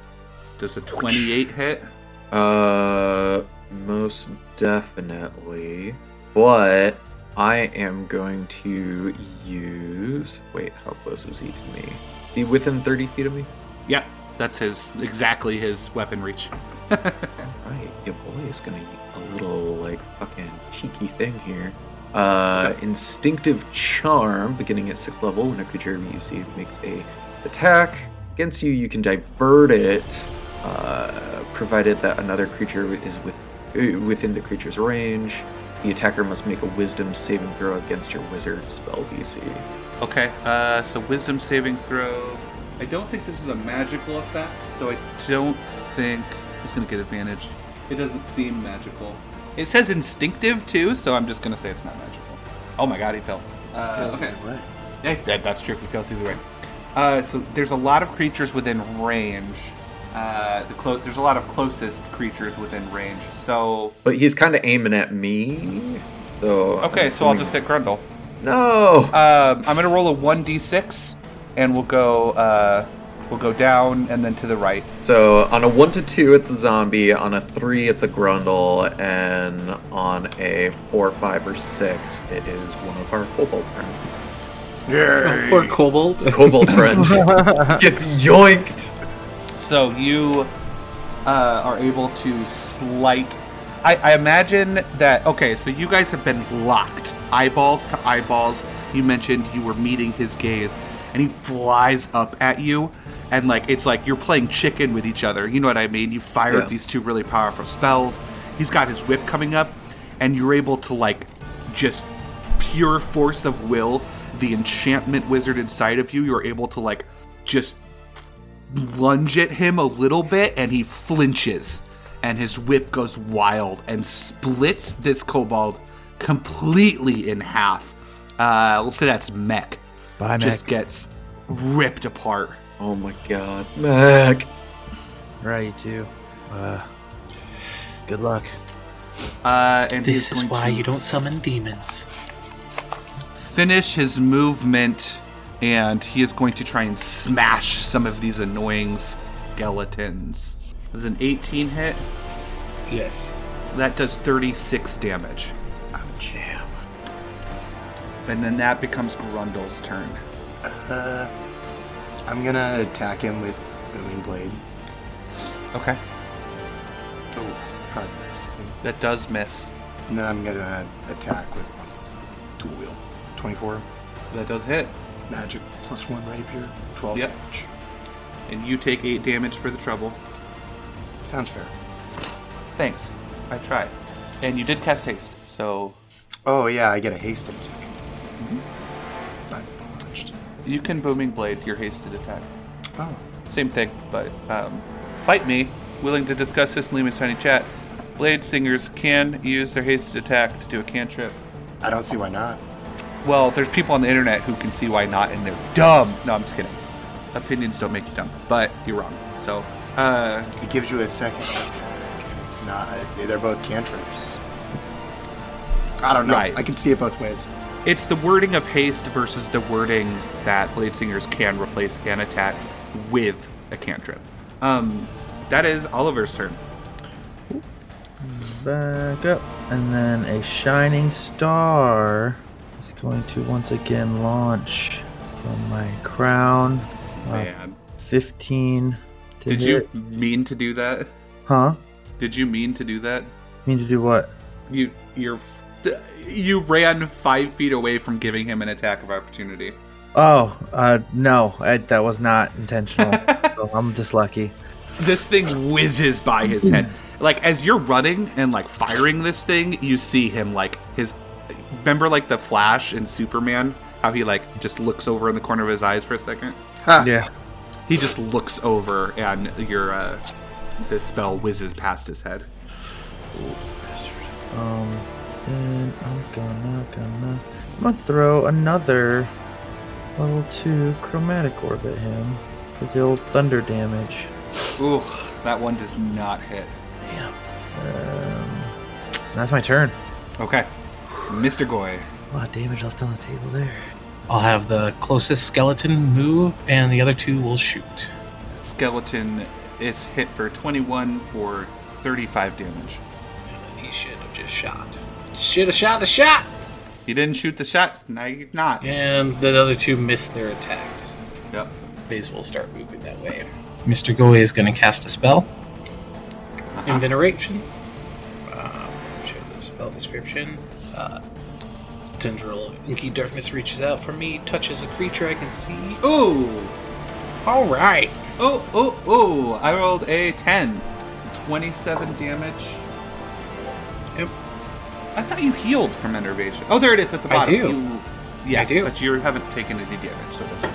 Does a 28 hit?
Uh, most definitely. But I am going to use. Wait, how close is he to me? Is he within 30 feet of me?
Yeah, that's his exactly his weapon reach.
Alright, your boy is gonna use a little, like, fucking cheeky thing here. Uh, Instinctive Charm, beginning at 6th level, when a creature you see makes a attack against you, you can divert it, uh, provided that another creature is with, uh, within the creature's range. The attacker must make a Wisdom saving throw against your Wizard spell DC.
Okay, uh, so wisdom saving throw. I don't think this is a magical effect, so I don't think he's going to get advantage. It doesn't seem magical. It says instinctive too, so I'm just going to say it's not magical. Oh my god, he fails. Uh,
That's
okay.
either way.
Yeah, that- that's true. He fails either way. Uh, so there's a lot of creatures within range. Uh, the clo- there's a lot of closest creatures within range. So
But he's kind of aiming at me, so. I'm
okay, so I'll
assuming-
just hit Grundle.
No!
Um, I'm gonna roll a one d six, and we'll go uh, we'll go down and then to the right.
So on a one to two, it's a zombie. On a three, it's a grundle, and on a four, five, or six, it is one of our kobold friends.
Yay!
Poor kobold.
Cobalt friend gets yoinked.
So you uh, are able to slight. I, I imagine that. Okay, so you guys have been locked, eyeballs to eyeballs. You mentioned you were meeting his gaze, and he flies up at you, and like it's like you're playing chicken with each other. You know what I mean? You fired
Yeah.
these two really powerful spells. He's got his whip coming up, and you're able to like just pure force of will, the enchantment wizard inside of you. You're able to like just lunge at him a little bit and he flinches and his whip goes wild and splits this kobold completely in half. Uh, we'll say that's mech.
Bye,
Just gets ripped apart.
Oh my god, Mac.
Right, you too. Uh, good luck.
Uh, and he's
This is
going
why
to
you don't summon demons.
finish his movement and he is going to try and smash some of these annoying skeletons. Does an 18 hit?
Yes.
That does 36 damage.
Jam.
And then that becomes Grundle's turn.
I'm gonna attack him with booming blade.
Okay.
Oh, probably missed.
That does miss.
And then I'm gonna attack with dual wheel. 24
That does hit.
magic plus one rapier. 12
Yep.
damage.
And you take eight damage for the trouble.
Sounds fair.
Thanks. I tried. And you did cast haste, so
Oh yeah, I get a hasted attack.
Mm-hmm.
I'm punched.
you can booming blade your hasted attack.
Oh,
Same thing, but um, fight me. Willing to discuss this in Lima's tiny chat. Blade singers can use their hasted attack to do a cantrip.
I don't see why not.
Well, there's people on the internet who can see why not, and they're dumb. No, I'm just kidding. Opinions don't make you dumb, but you're wrong. So, uh,
It gives you a second attack, and it's not. They're both cantrips. I don't know.
Right.
I can see it both ways.
It's the wording of haste versus the wording that blade singers can replace an attack with a cantrip. Um, that is Oliver's turn.
Back up. And then a shining star is going to once again launch from my crown. Uh, 15. To
did
hit.
you mean to do that?
Huh?
Did you mean to do that?
Mean to do what?
You you're you ran five feet away from giving him an attack of opportunity.
Oh, uh, no, I, that was not intentional. so I'm just lucky.
this thing whizzes by his head. Like as you're running and like firing this thing, you see him like his remember like the Flash in Superman, how he like just looks over in the corner of his eyes for a second.
Yeah.
He just looks over and your uh this spell whizzes past his head.
Um, then I'm gonna, gonna, I'm gonna throw another level two chromatic orb at him with the old thunder damage.
Ooh, that one does not hit.
Um, that's my turn.
Okay. Mr. Goy.
A lot of damage left on the table there.
I'll have the closest skeleton move, and the other two will shoot.
Skeleton is hit for 21 for 35 damage.
And then he should have just shot. Should have shot the shot.
He didn't shoot the shots. Now you're not.
And the other two missed their attacks.
Yep.
These will start moving that way. Mr. Goy is going to cast a spell. Uh-huh. Inveneration. Um, show the spell description. Uh, tendril of inky darkness reaches out from me, touches a creature I can see.
Ooh.
All right.
Oh, oh, oh! I rolled a 10. So 27 damage.
Yep.
I thought you healed from enervation. Oh, there it is at the bottom.
do.
You- yeah,
I do.
But you haven't taken any damage, so that's fine.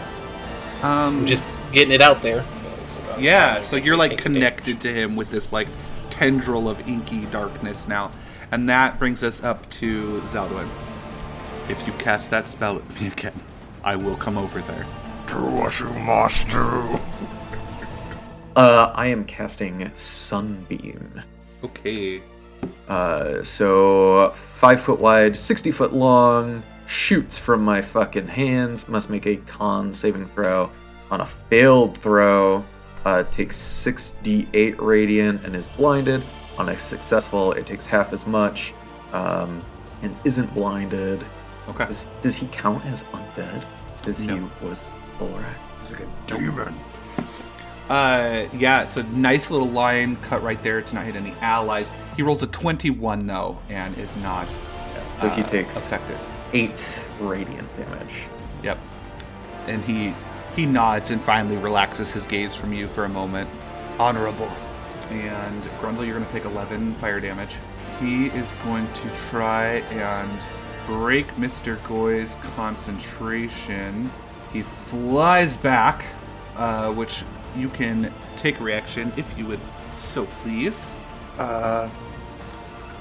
Um,
I'm just getting it out there.
yeah, so you're like connected to him with this like tendril of inky darkness now. And that brings us up to Zaldwin. If you cast that spell at me again, I will come over there.
Do what you must do.
Uh, I am casting Sunbeam.
Okay.
Uh, so five foot wide, sixty foot long, shoots from my fucking hands. Must make a con saving throw. On a failed throw, uh, takes six d eight radiant and is blinded. On a successful, it takes half as much, um, and isn't blinded.
Okay.
Does, does he count as undead? This
No.
you was Solrak.
It's like a demon.
Uh, yeah, so nice little line cut right there to not hit any allies. He rolls a 21, though, and is not
So he
uh,
takes
affected.
eight radiant damage.
Yep. And he he nods and finally relaxes his gaze from you for a moment. Honorable. And Grundle, you're going to take 11 fire damage. He is going to try and break Mr. Goy's concentration. He flies back, uh, which you can take reaction if you would so please.
Uh,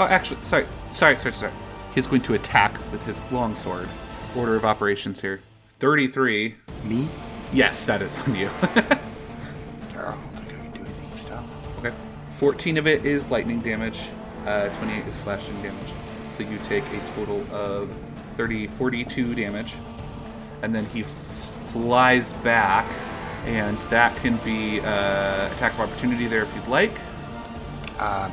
Oh, actually, sorry, sorry, sorry, sorry. He's going to attack with his longsword. Order of operations here. 33.
me?
Yes, that is on you.
I don't think I can do anything with stuff.
okay. 14 of it is lightning damage, uh, 28 is slashing damage. So you take a total of 30, 42 damage. And then he f- flies back, and that can be uh, attack of opportunity there if you'd like.
Um,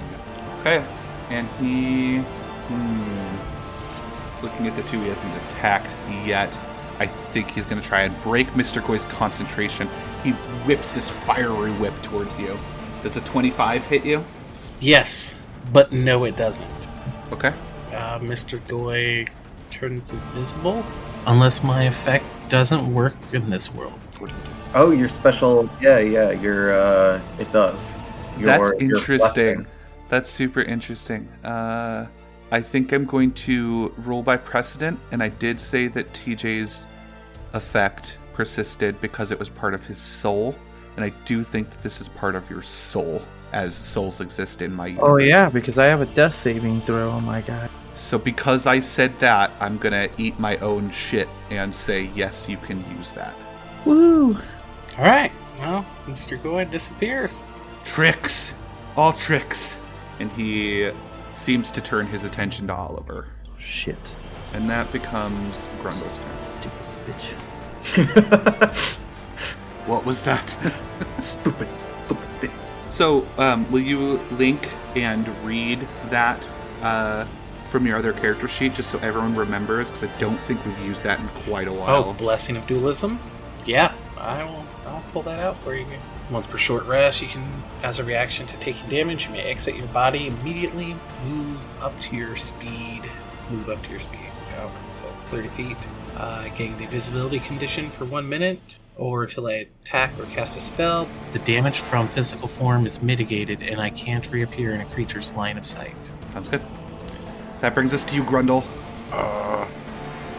Okay. And he. Hmm. Looking at the two, he hasn't attacked yet. I think he's going to try and break Mr. Goy's concentration. He whips this fiery whip towards you. Does a 25 hit you?
Yes, but no, it doesn't.
Okay.
Uh, Mr. Goy turns invisible unless my effect doesn't work in this world.
what do you do?
Oh, your special. Yeah, yeah. Your uh, it does. Your,
That's
your
interesting.
blessing.
That's super interesting. Uh, I think I'm going to roll by precedent, and I did say that TJ's effect persisted because it was part of his soul, and I do think that this is part of your soul, as souls exist in my universe.
Oh yeah, because I have a death saving throw. Oh my god.
So because I said that, I'm gonna eat my own shit and say yes, you can use that.
Woo!
All right. Well, Mr. Goy disappears.
Tricks, all tricks, and he seems to turn his attention to Oliver.
Shit.
And that becomes Grundle's turn.
Bitch.
What was that? stupid, stupid So, um, will you link and read that uh, from your other character sheet just so everyone remembers? Because I don't think we've used that in quite a
Oh,
while.
blessing of dualism. Yeah, I will. I'll pull that out for you. Once per short rest, you can, as a reaction to taking damage, you may exit your body immediately, move up to your speed, move up to your speed. Go so 30 feet. Uh, gain the visibility condition for one minute, or until I attack or cast a spell. The damage from physical form is mitigated, and I can't reappear in a creature's line of sight.
Sounds good. That brings us to you, Grundle.
Uh,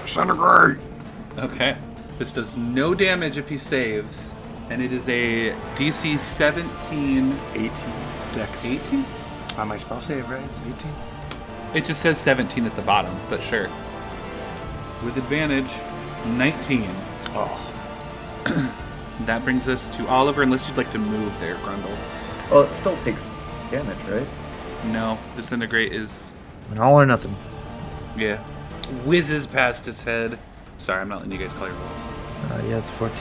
disintegrate.
Okay. This does no damage if he saves, and it is a DC 17.
18 dex.
18?
On my spell save, right? It's 18?
It just says 17 at the bottom, but sure. With advantage, 19.
Oh,
That brings us to Oliver, unless you'd like to move there, Grundle.
Well, it still takes damage, right?
No, disintegrate is.
An all or nothing.
Yeah. Whizzes past his head. Sorry, I'm not letting you guys call your rolls.
Uh, yeah, it's 14.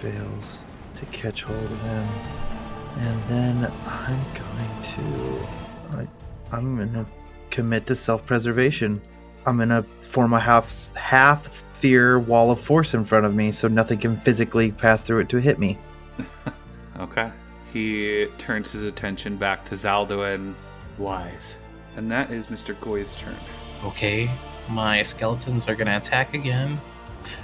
Fails to catch hold of him. And then I'm going to. I, I'm going to commit to self preservation. I'm going to form a half, half sphere wall of force in front of me so nothing can physically pass through it to hit me.
Okay. He turns his attention back to Zalduin. Wise. And that is Mr. Goy's turn.
Okay, my skeletons are gonna attack again,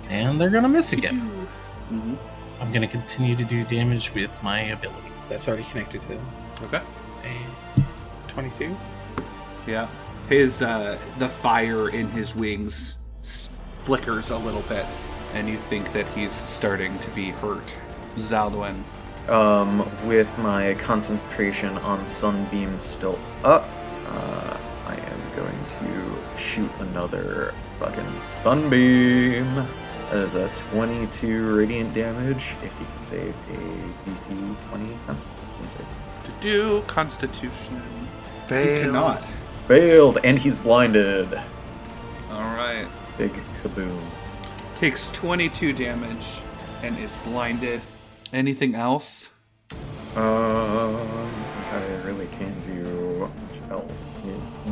and they're gonna miss again. Mm-hmm.
hmm
I'm going to continue to do damage with my ability. That's already connected to them.
Okay.
A 22.
Yeah. His uh the fire in his wings s- flickers a little bit, and you think that he's starting to be hurt. Zalduin.
Um, with my concentration on sunbeam still up, uh, I am going to shoot another fucking sunbeam. That is a 22 radiant damage. If you can save a DC 20 Constitution save.
To do constitution.
fails.
Cannot.
Failed, and he's blinded.
Alright.
Big kaboom.
Takes twenty-two damage and is blinded. Anything else?
Um, I really can't do much else.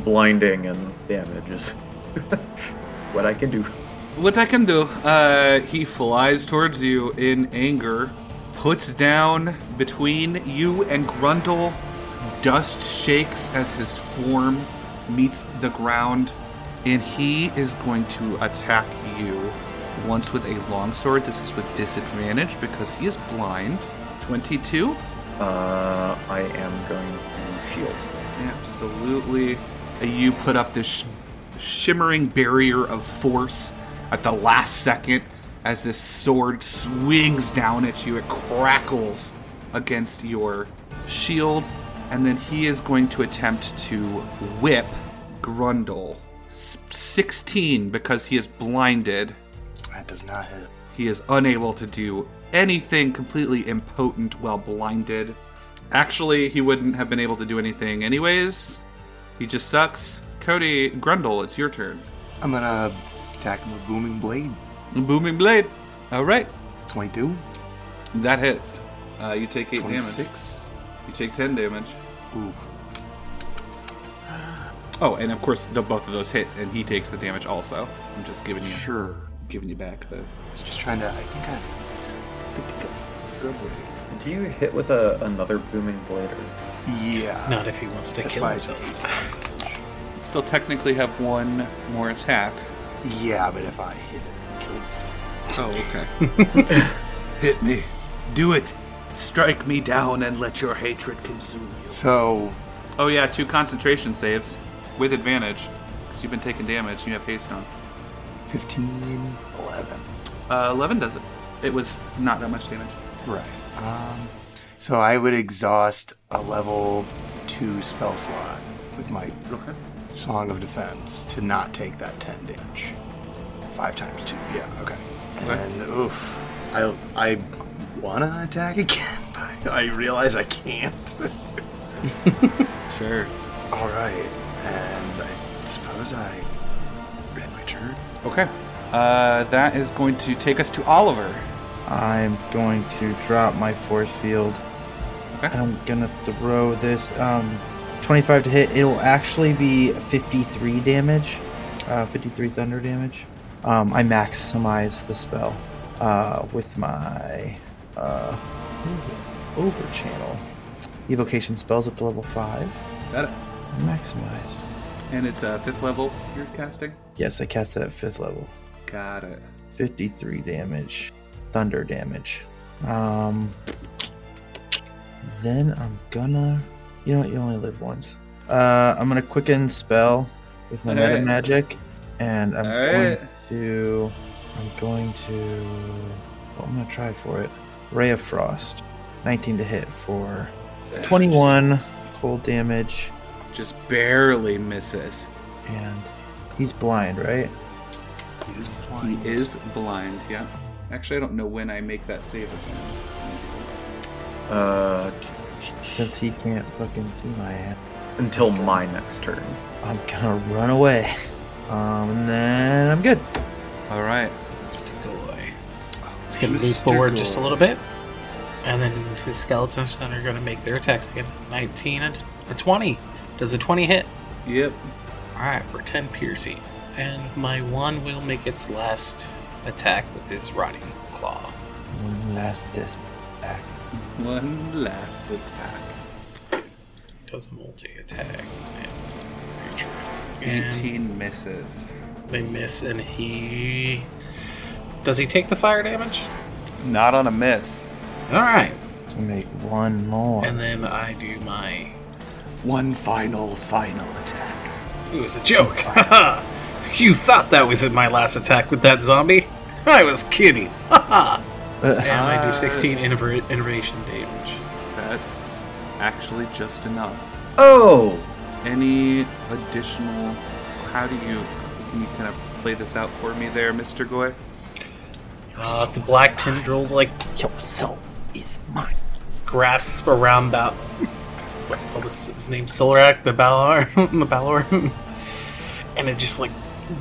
Blinding and damages. what I can do.
what I can do, uh, he flies towards you in anger, puts down between you and Grundle. Dust shakes as his form meets the ground, and he is going to attack you once with a longsword. This is with disadvantage because he is blind. 22?
Uh, I am going to shield.
Absolutely. Uh, You put up this sh- shimmering barrier of force at the last second as this sword swings down at you. It crackles against your shield. And then he is going to attempt to whip Grundle. S- 16 because he is blinded.
That does not hit.
He is unable to do anything completely impotent while blinded. Actually, he wouldn't have been able to do anything anyways. He just sucks. Cody, Grundle, it's your turn.
I'm gonna attack him with booming blade.
Booming Blade. All right.
22,
That hits. Uh, you take 8 damage.
26.
You take 10 damage.
Ooh,
Oh, and of course, the both of those hit, and he takes the damage also. I'm just giving you
sure.
giving you back the.
I was just trying to. I think I have this. Subway.
Did you hit with a, another booming blade? Or...
Yeah.
Not if he wants to
That's
kill
why I said
himself.
Still technically have one more attack.
eight. Yeah, but if I hit it, kill it.
Oh, okay. hit me. Do it. Strike me down and let your hatred consume you.
So
Oh yeah, two concentration saves with advantage because you've been taking damage. and You have haste on.
15, 11.
Uh, Eleven does it. It was not that much damage.
Right. Um, so I would exhaust a level two spell slot with my
Okay.
Song of Defense to not take that 10 damage. Five times two. Yeah, okay. And oof. I, I want to attack again, but I realize I can't.
Sure.
All right. And I suppose I end my turn.
Okay. Uh, that is going to take us to Oliver.
I'm going to drop my force field.
Okay.
I'm gonna throw this um, 25 to hit. It'll actually be 53 damage, uh, 53 thunder damage. Um, I maximize the spell uh, with my uh, over channel evocation spells up to level five.
Got it.
Maximized.
And it's a uh, fifth level you're casting.
Yes, I cast that at fifth level.
Got it.
53 damage, thunder damage. Um, then I'm gonna, you know, what, you only live once. Uh, I'm gonna quicken spell with my meta
Alright.
magic, and I'm going
Alright.
to, I'm going to, well, I'm gonna try for it. Ray of frost, 19 to hit for 21 cold damage,
Just barely misses.
and he's blind, right?
He is
He
flying.
is blind. Yeah. Actually, I don't know when I make that save again.
Uh,
Since he can't fucking see my ass.
until my next turn.
I'm gonna run away. Um, and then I'm good.
All right.
Mr. Goy. He's going to move
Mr.
forward just a
Goy.
little bit. And then his skeletons are going to make their attacks again. 19 and a 20. Does a 20 hit?
Yep.
Alright, for 10 piercing. And my one will make its last attack with his rotting claw.
One last desperate act.
One last attack.
Does a multi attack. And creature. And
18 misses.
They miss, and he. Does he take the fire damage?
Not on a miss.
Alright.
To make one more.
And then I do my
One final, final attack.
It was a joke. you thought that was in my last attack with that zombie? I was kidding. and I do 16 inver- innovation damage.
That's actually just enough.
Oh,
Any additional? How do you? Can you kind of play this out for me there, Mister Goy?
Uh, the black tendril like
Your soul is mine.
grasps around Bal. What was his name? Solrak, the Balor, the Balor, and it just like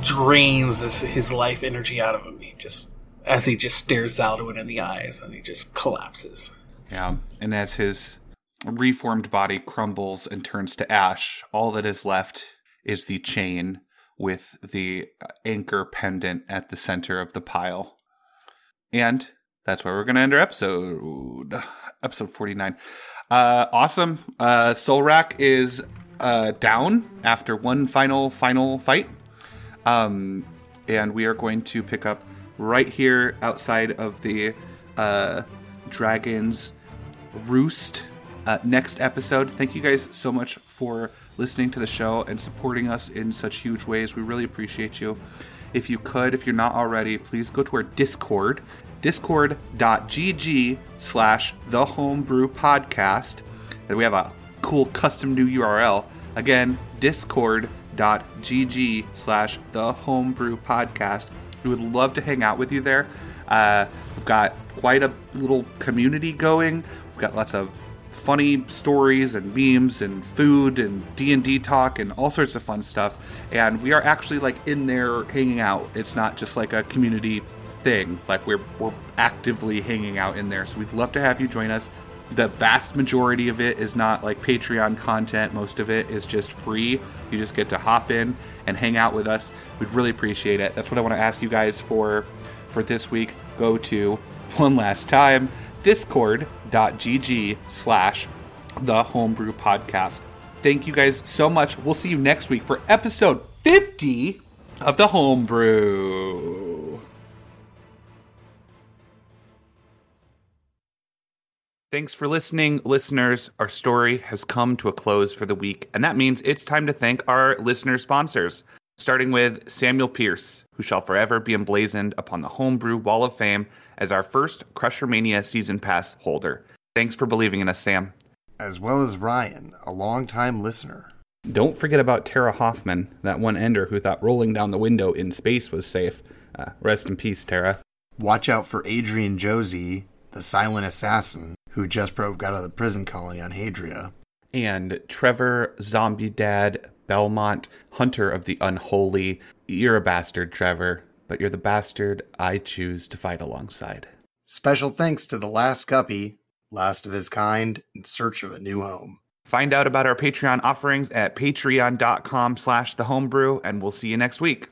drains this, his life energy out of him. He just as he just stares Zaldwin in the eyes, and he just collapses.
Yeah, and as his reformed body crumbles and turns to ash, all that is left is the chain with the anchor pendant at the center of the pile. And that's where we're going to end our episode. Episode 49. Uh, awesome. Uh, Solrak is uh, down after one final, final fight. Um, and we are going to pick up right here outside of the uh, Dragon's Roost uh, next episode. Thank you guys so much for listening to the show and supporting us in such huge ways. We really appreciate you. If you could, if you're not already, please go to our Discord, discord.gg slash the homebrew podcast. And we have a cool custom new URL. Again, discord.gg slash the homebrew podcast. We would love to hang out with you there. Uh, we've got quite a little community going. We've got lots of funny stories and memes and food and D&D talk and all sorts of fun stuff. And we are actually like in there hanging out. It's not just like a community thing. Like we're we're actively hanging out in there. So we'd love to have you join us. The vast majority of it is not like Patreon content. Most of it is just free. You just get to hop in and hang out with us. We'd really appreciate it. That's what I want to ask you guys for for this week. Go to one last time discord.gg slash the homebrew podcast. Thank you guys so much. We'll see you next week for episode 50 of the homebrew. Thanks for listening, listeners. Our story has come to a close for the week, and that means it's time to thank our listener sponsors, starting with Samuel Pierce, who shall forever be emblazoned upon the Homebrew Wall of Fame as our first Crushermania season pass holder. Thanks for believing in us, Sam.
As well as Ryan, a longtime listener.
Don't forget about Tara Hoffman, that one ender who thought rolling down the window in space was safe. Uh, rest in peace, Tara.
Watch out for Adrian Josie, the silent assassin who just broke out of the prison colony on Hadria.
and Trevor Zombie Dad Belmont, Hunter of the Unholy. You're a bastard, Trevor, but you're the bastard I choose to fight alongside.
Special thanks to the last guppy, last of his kind, in search of a new home.
Find out about our Patreon offerings at patreon.com slash the homebrew, and we'll see you next week.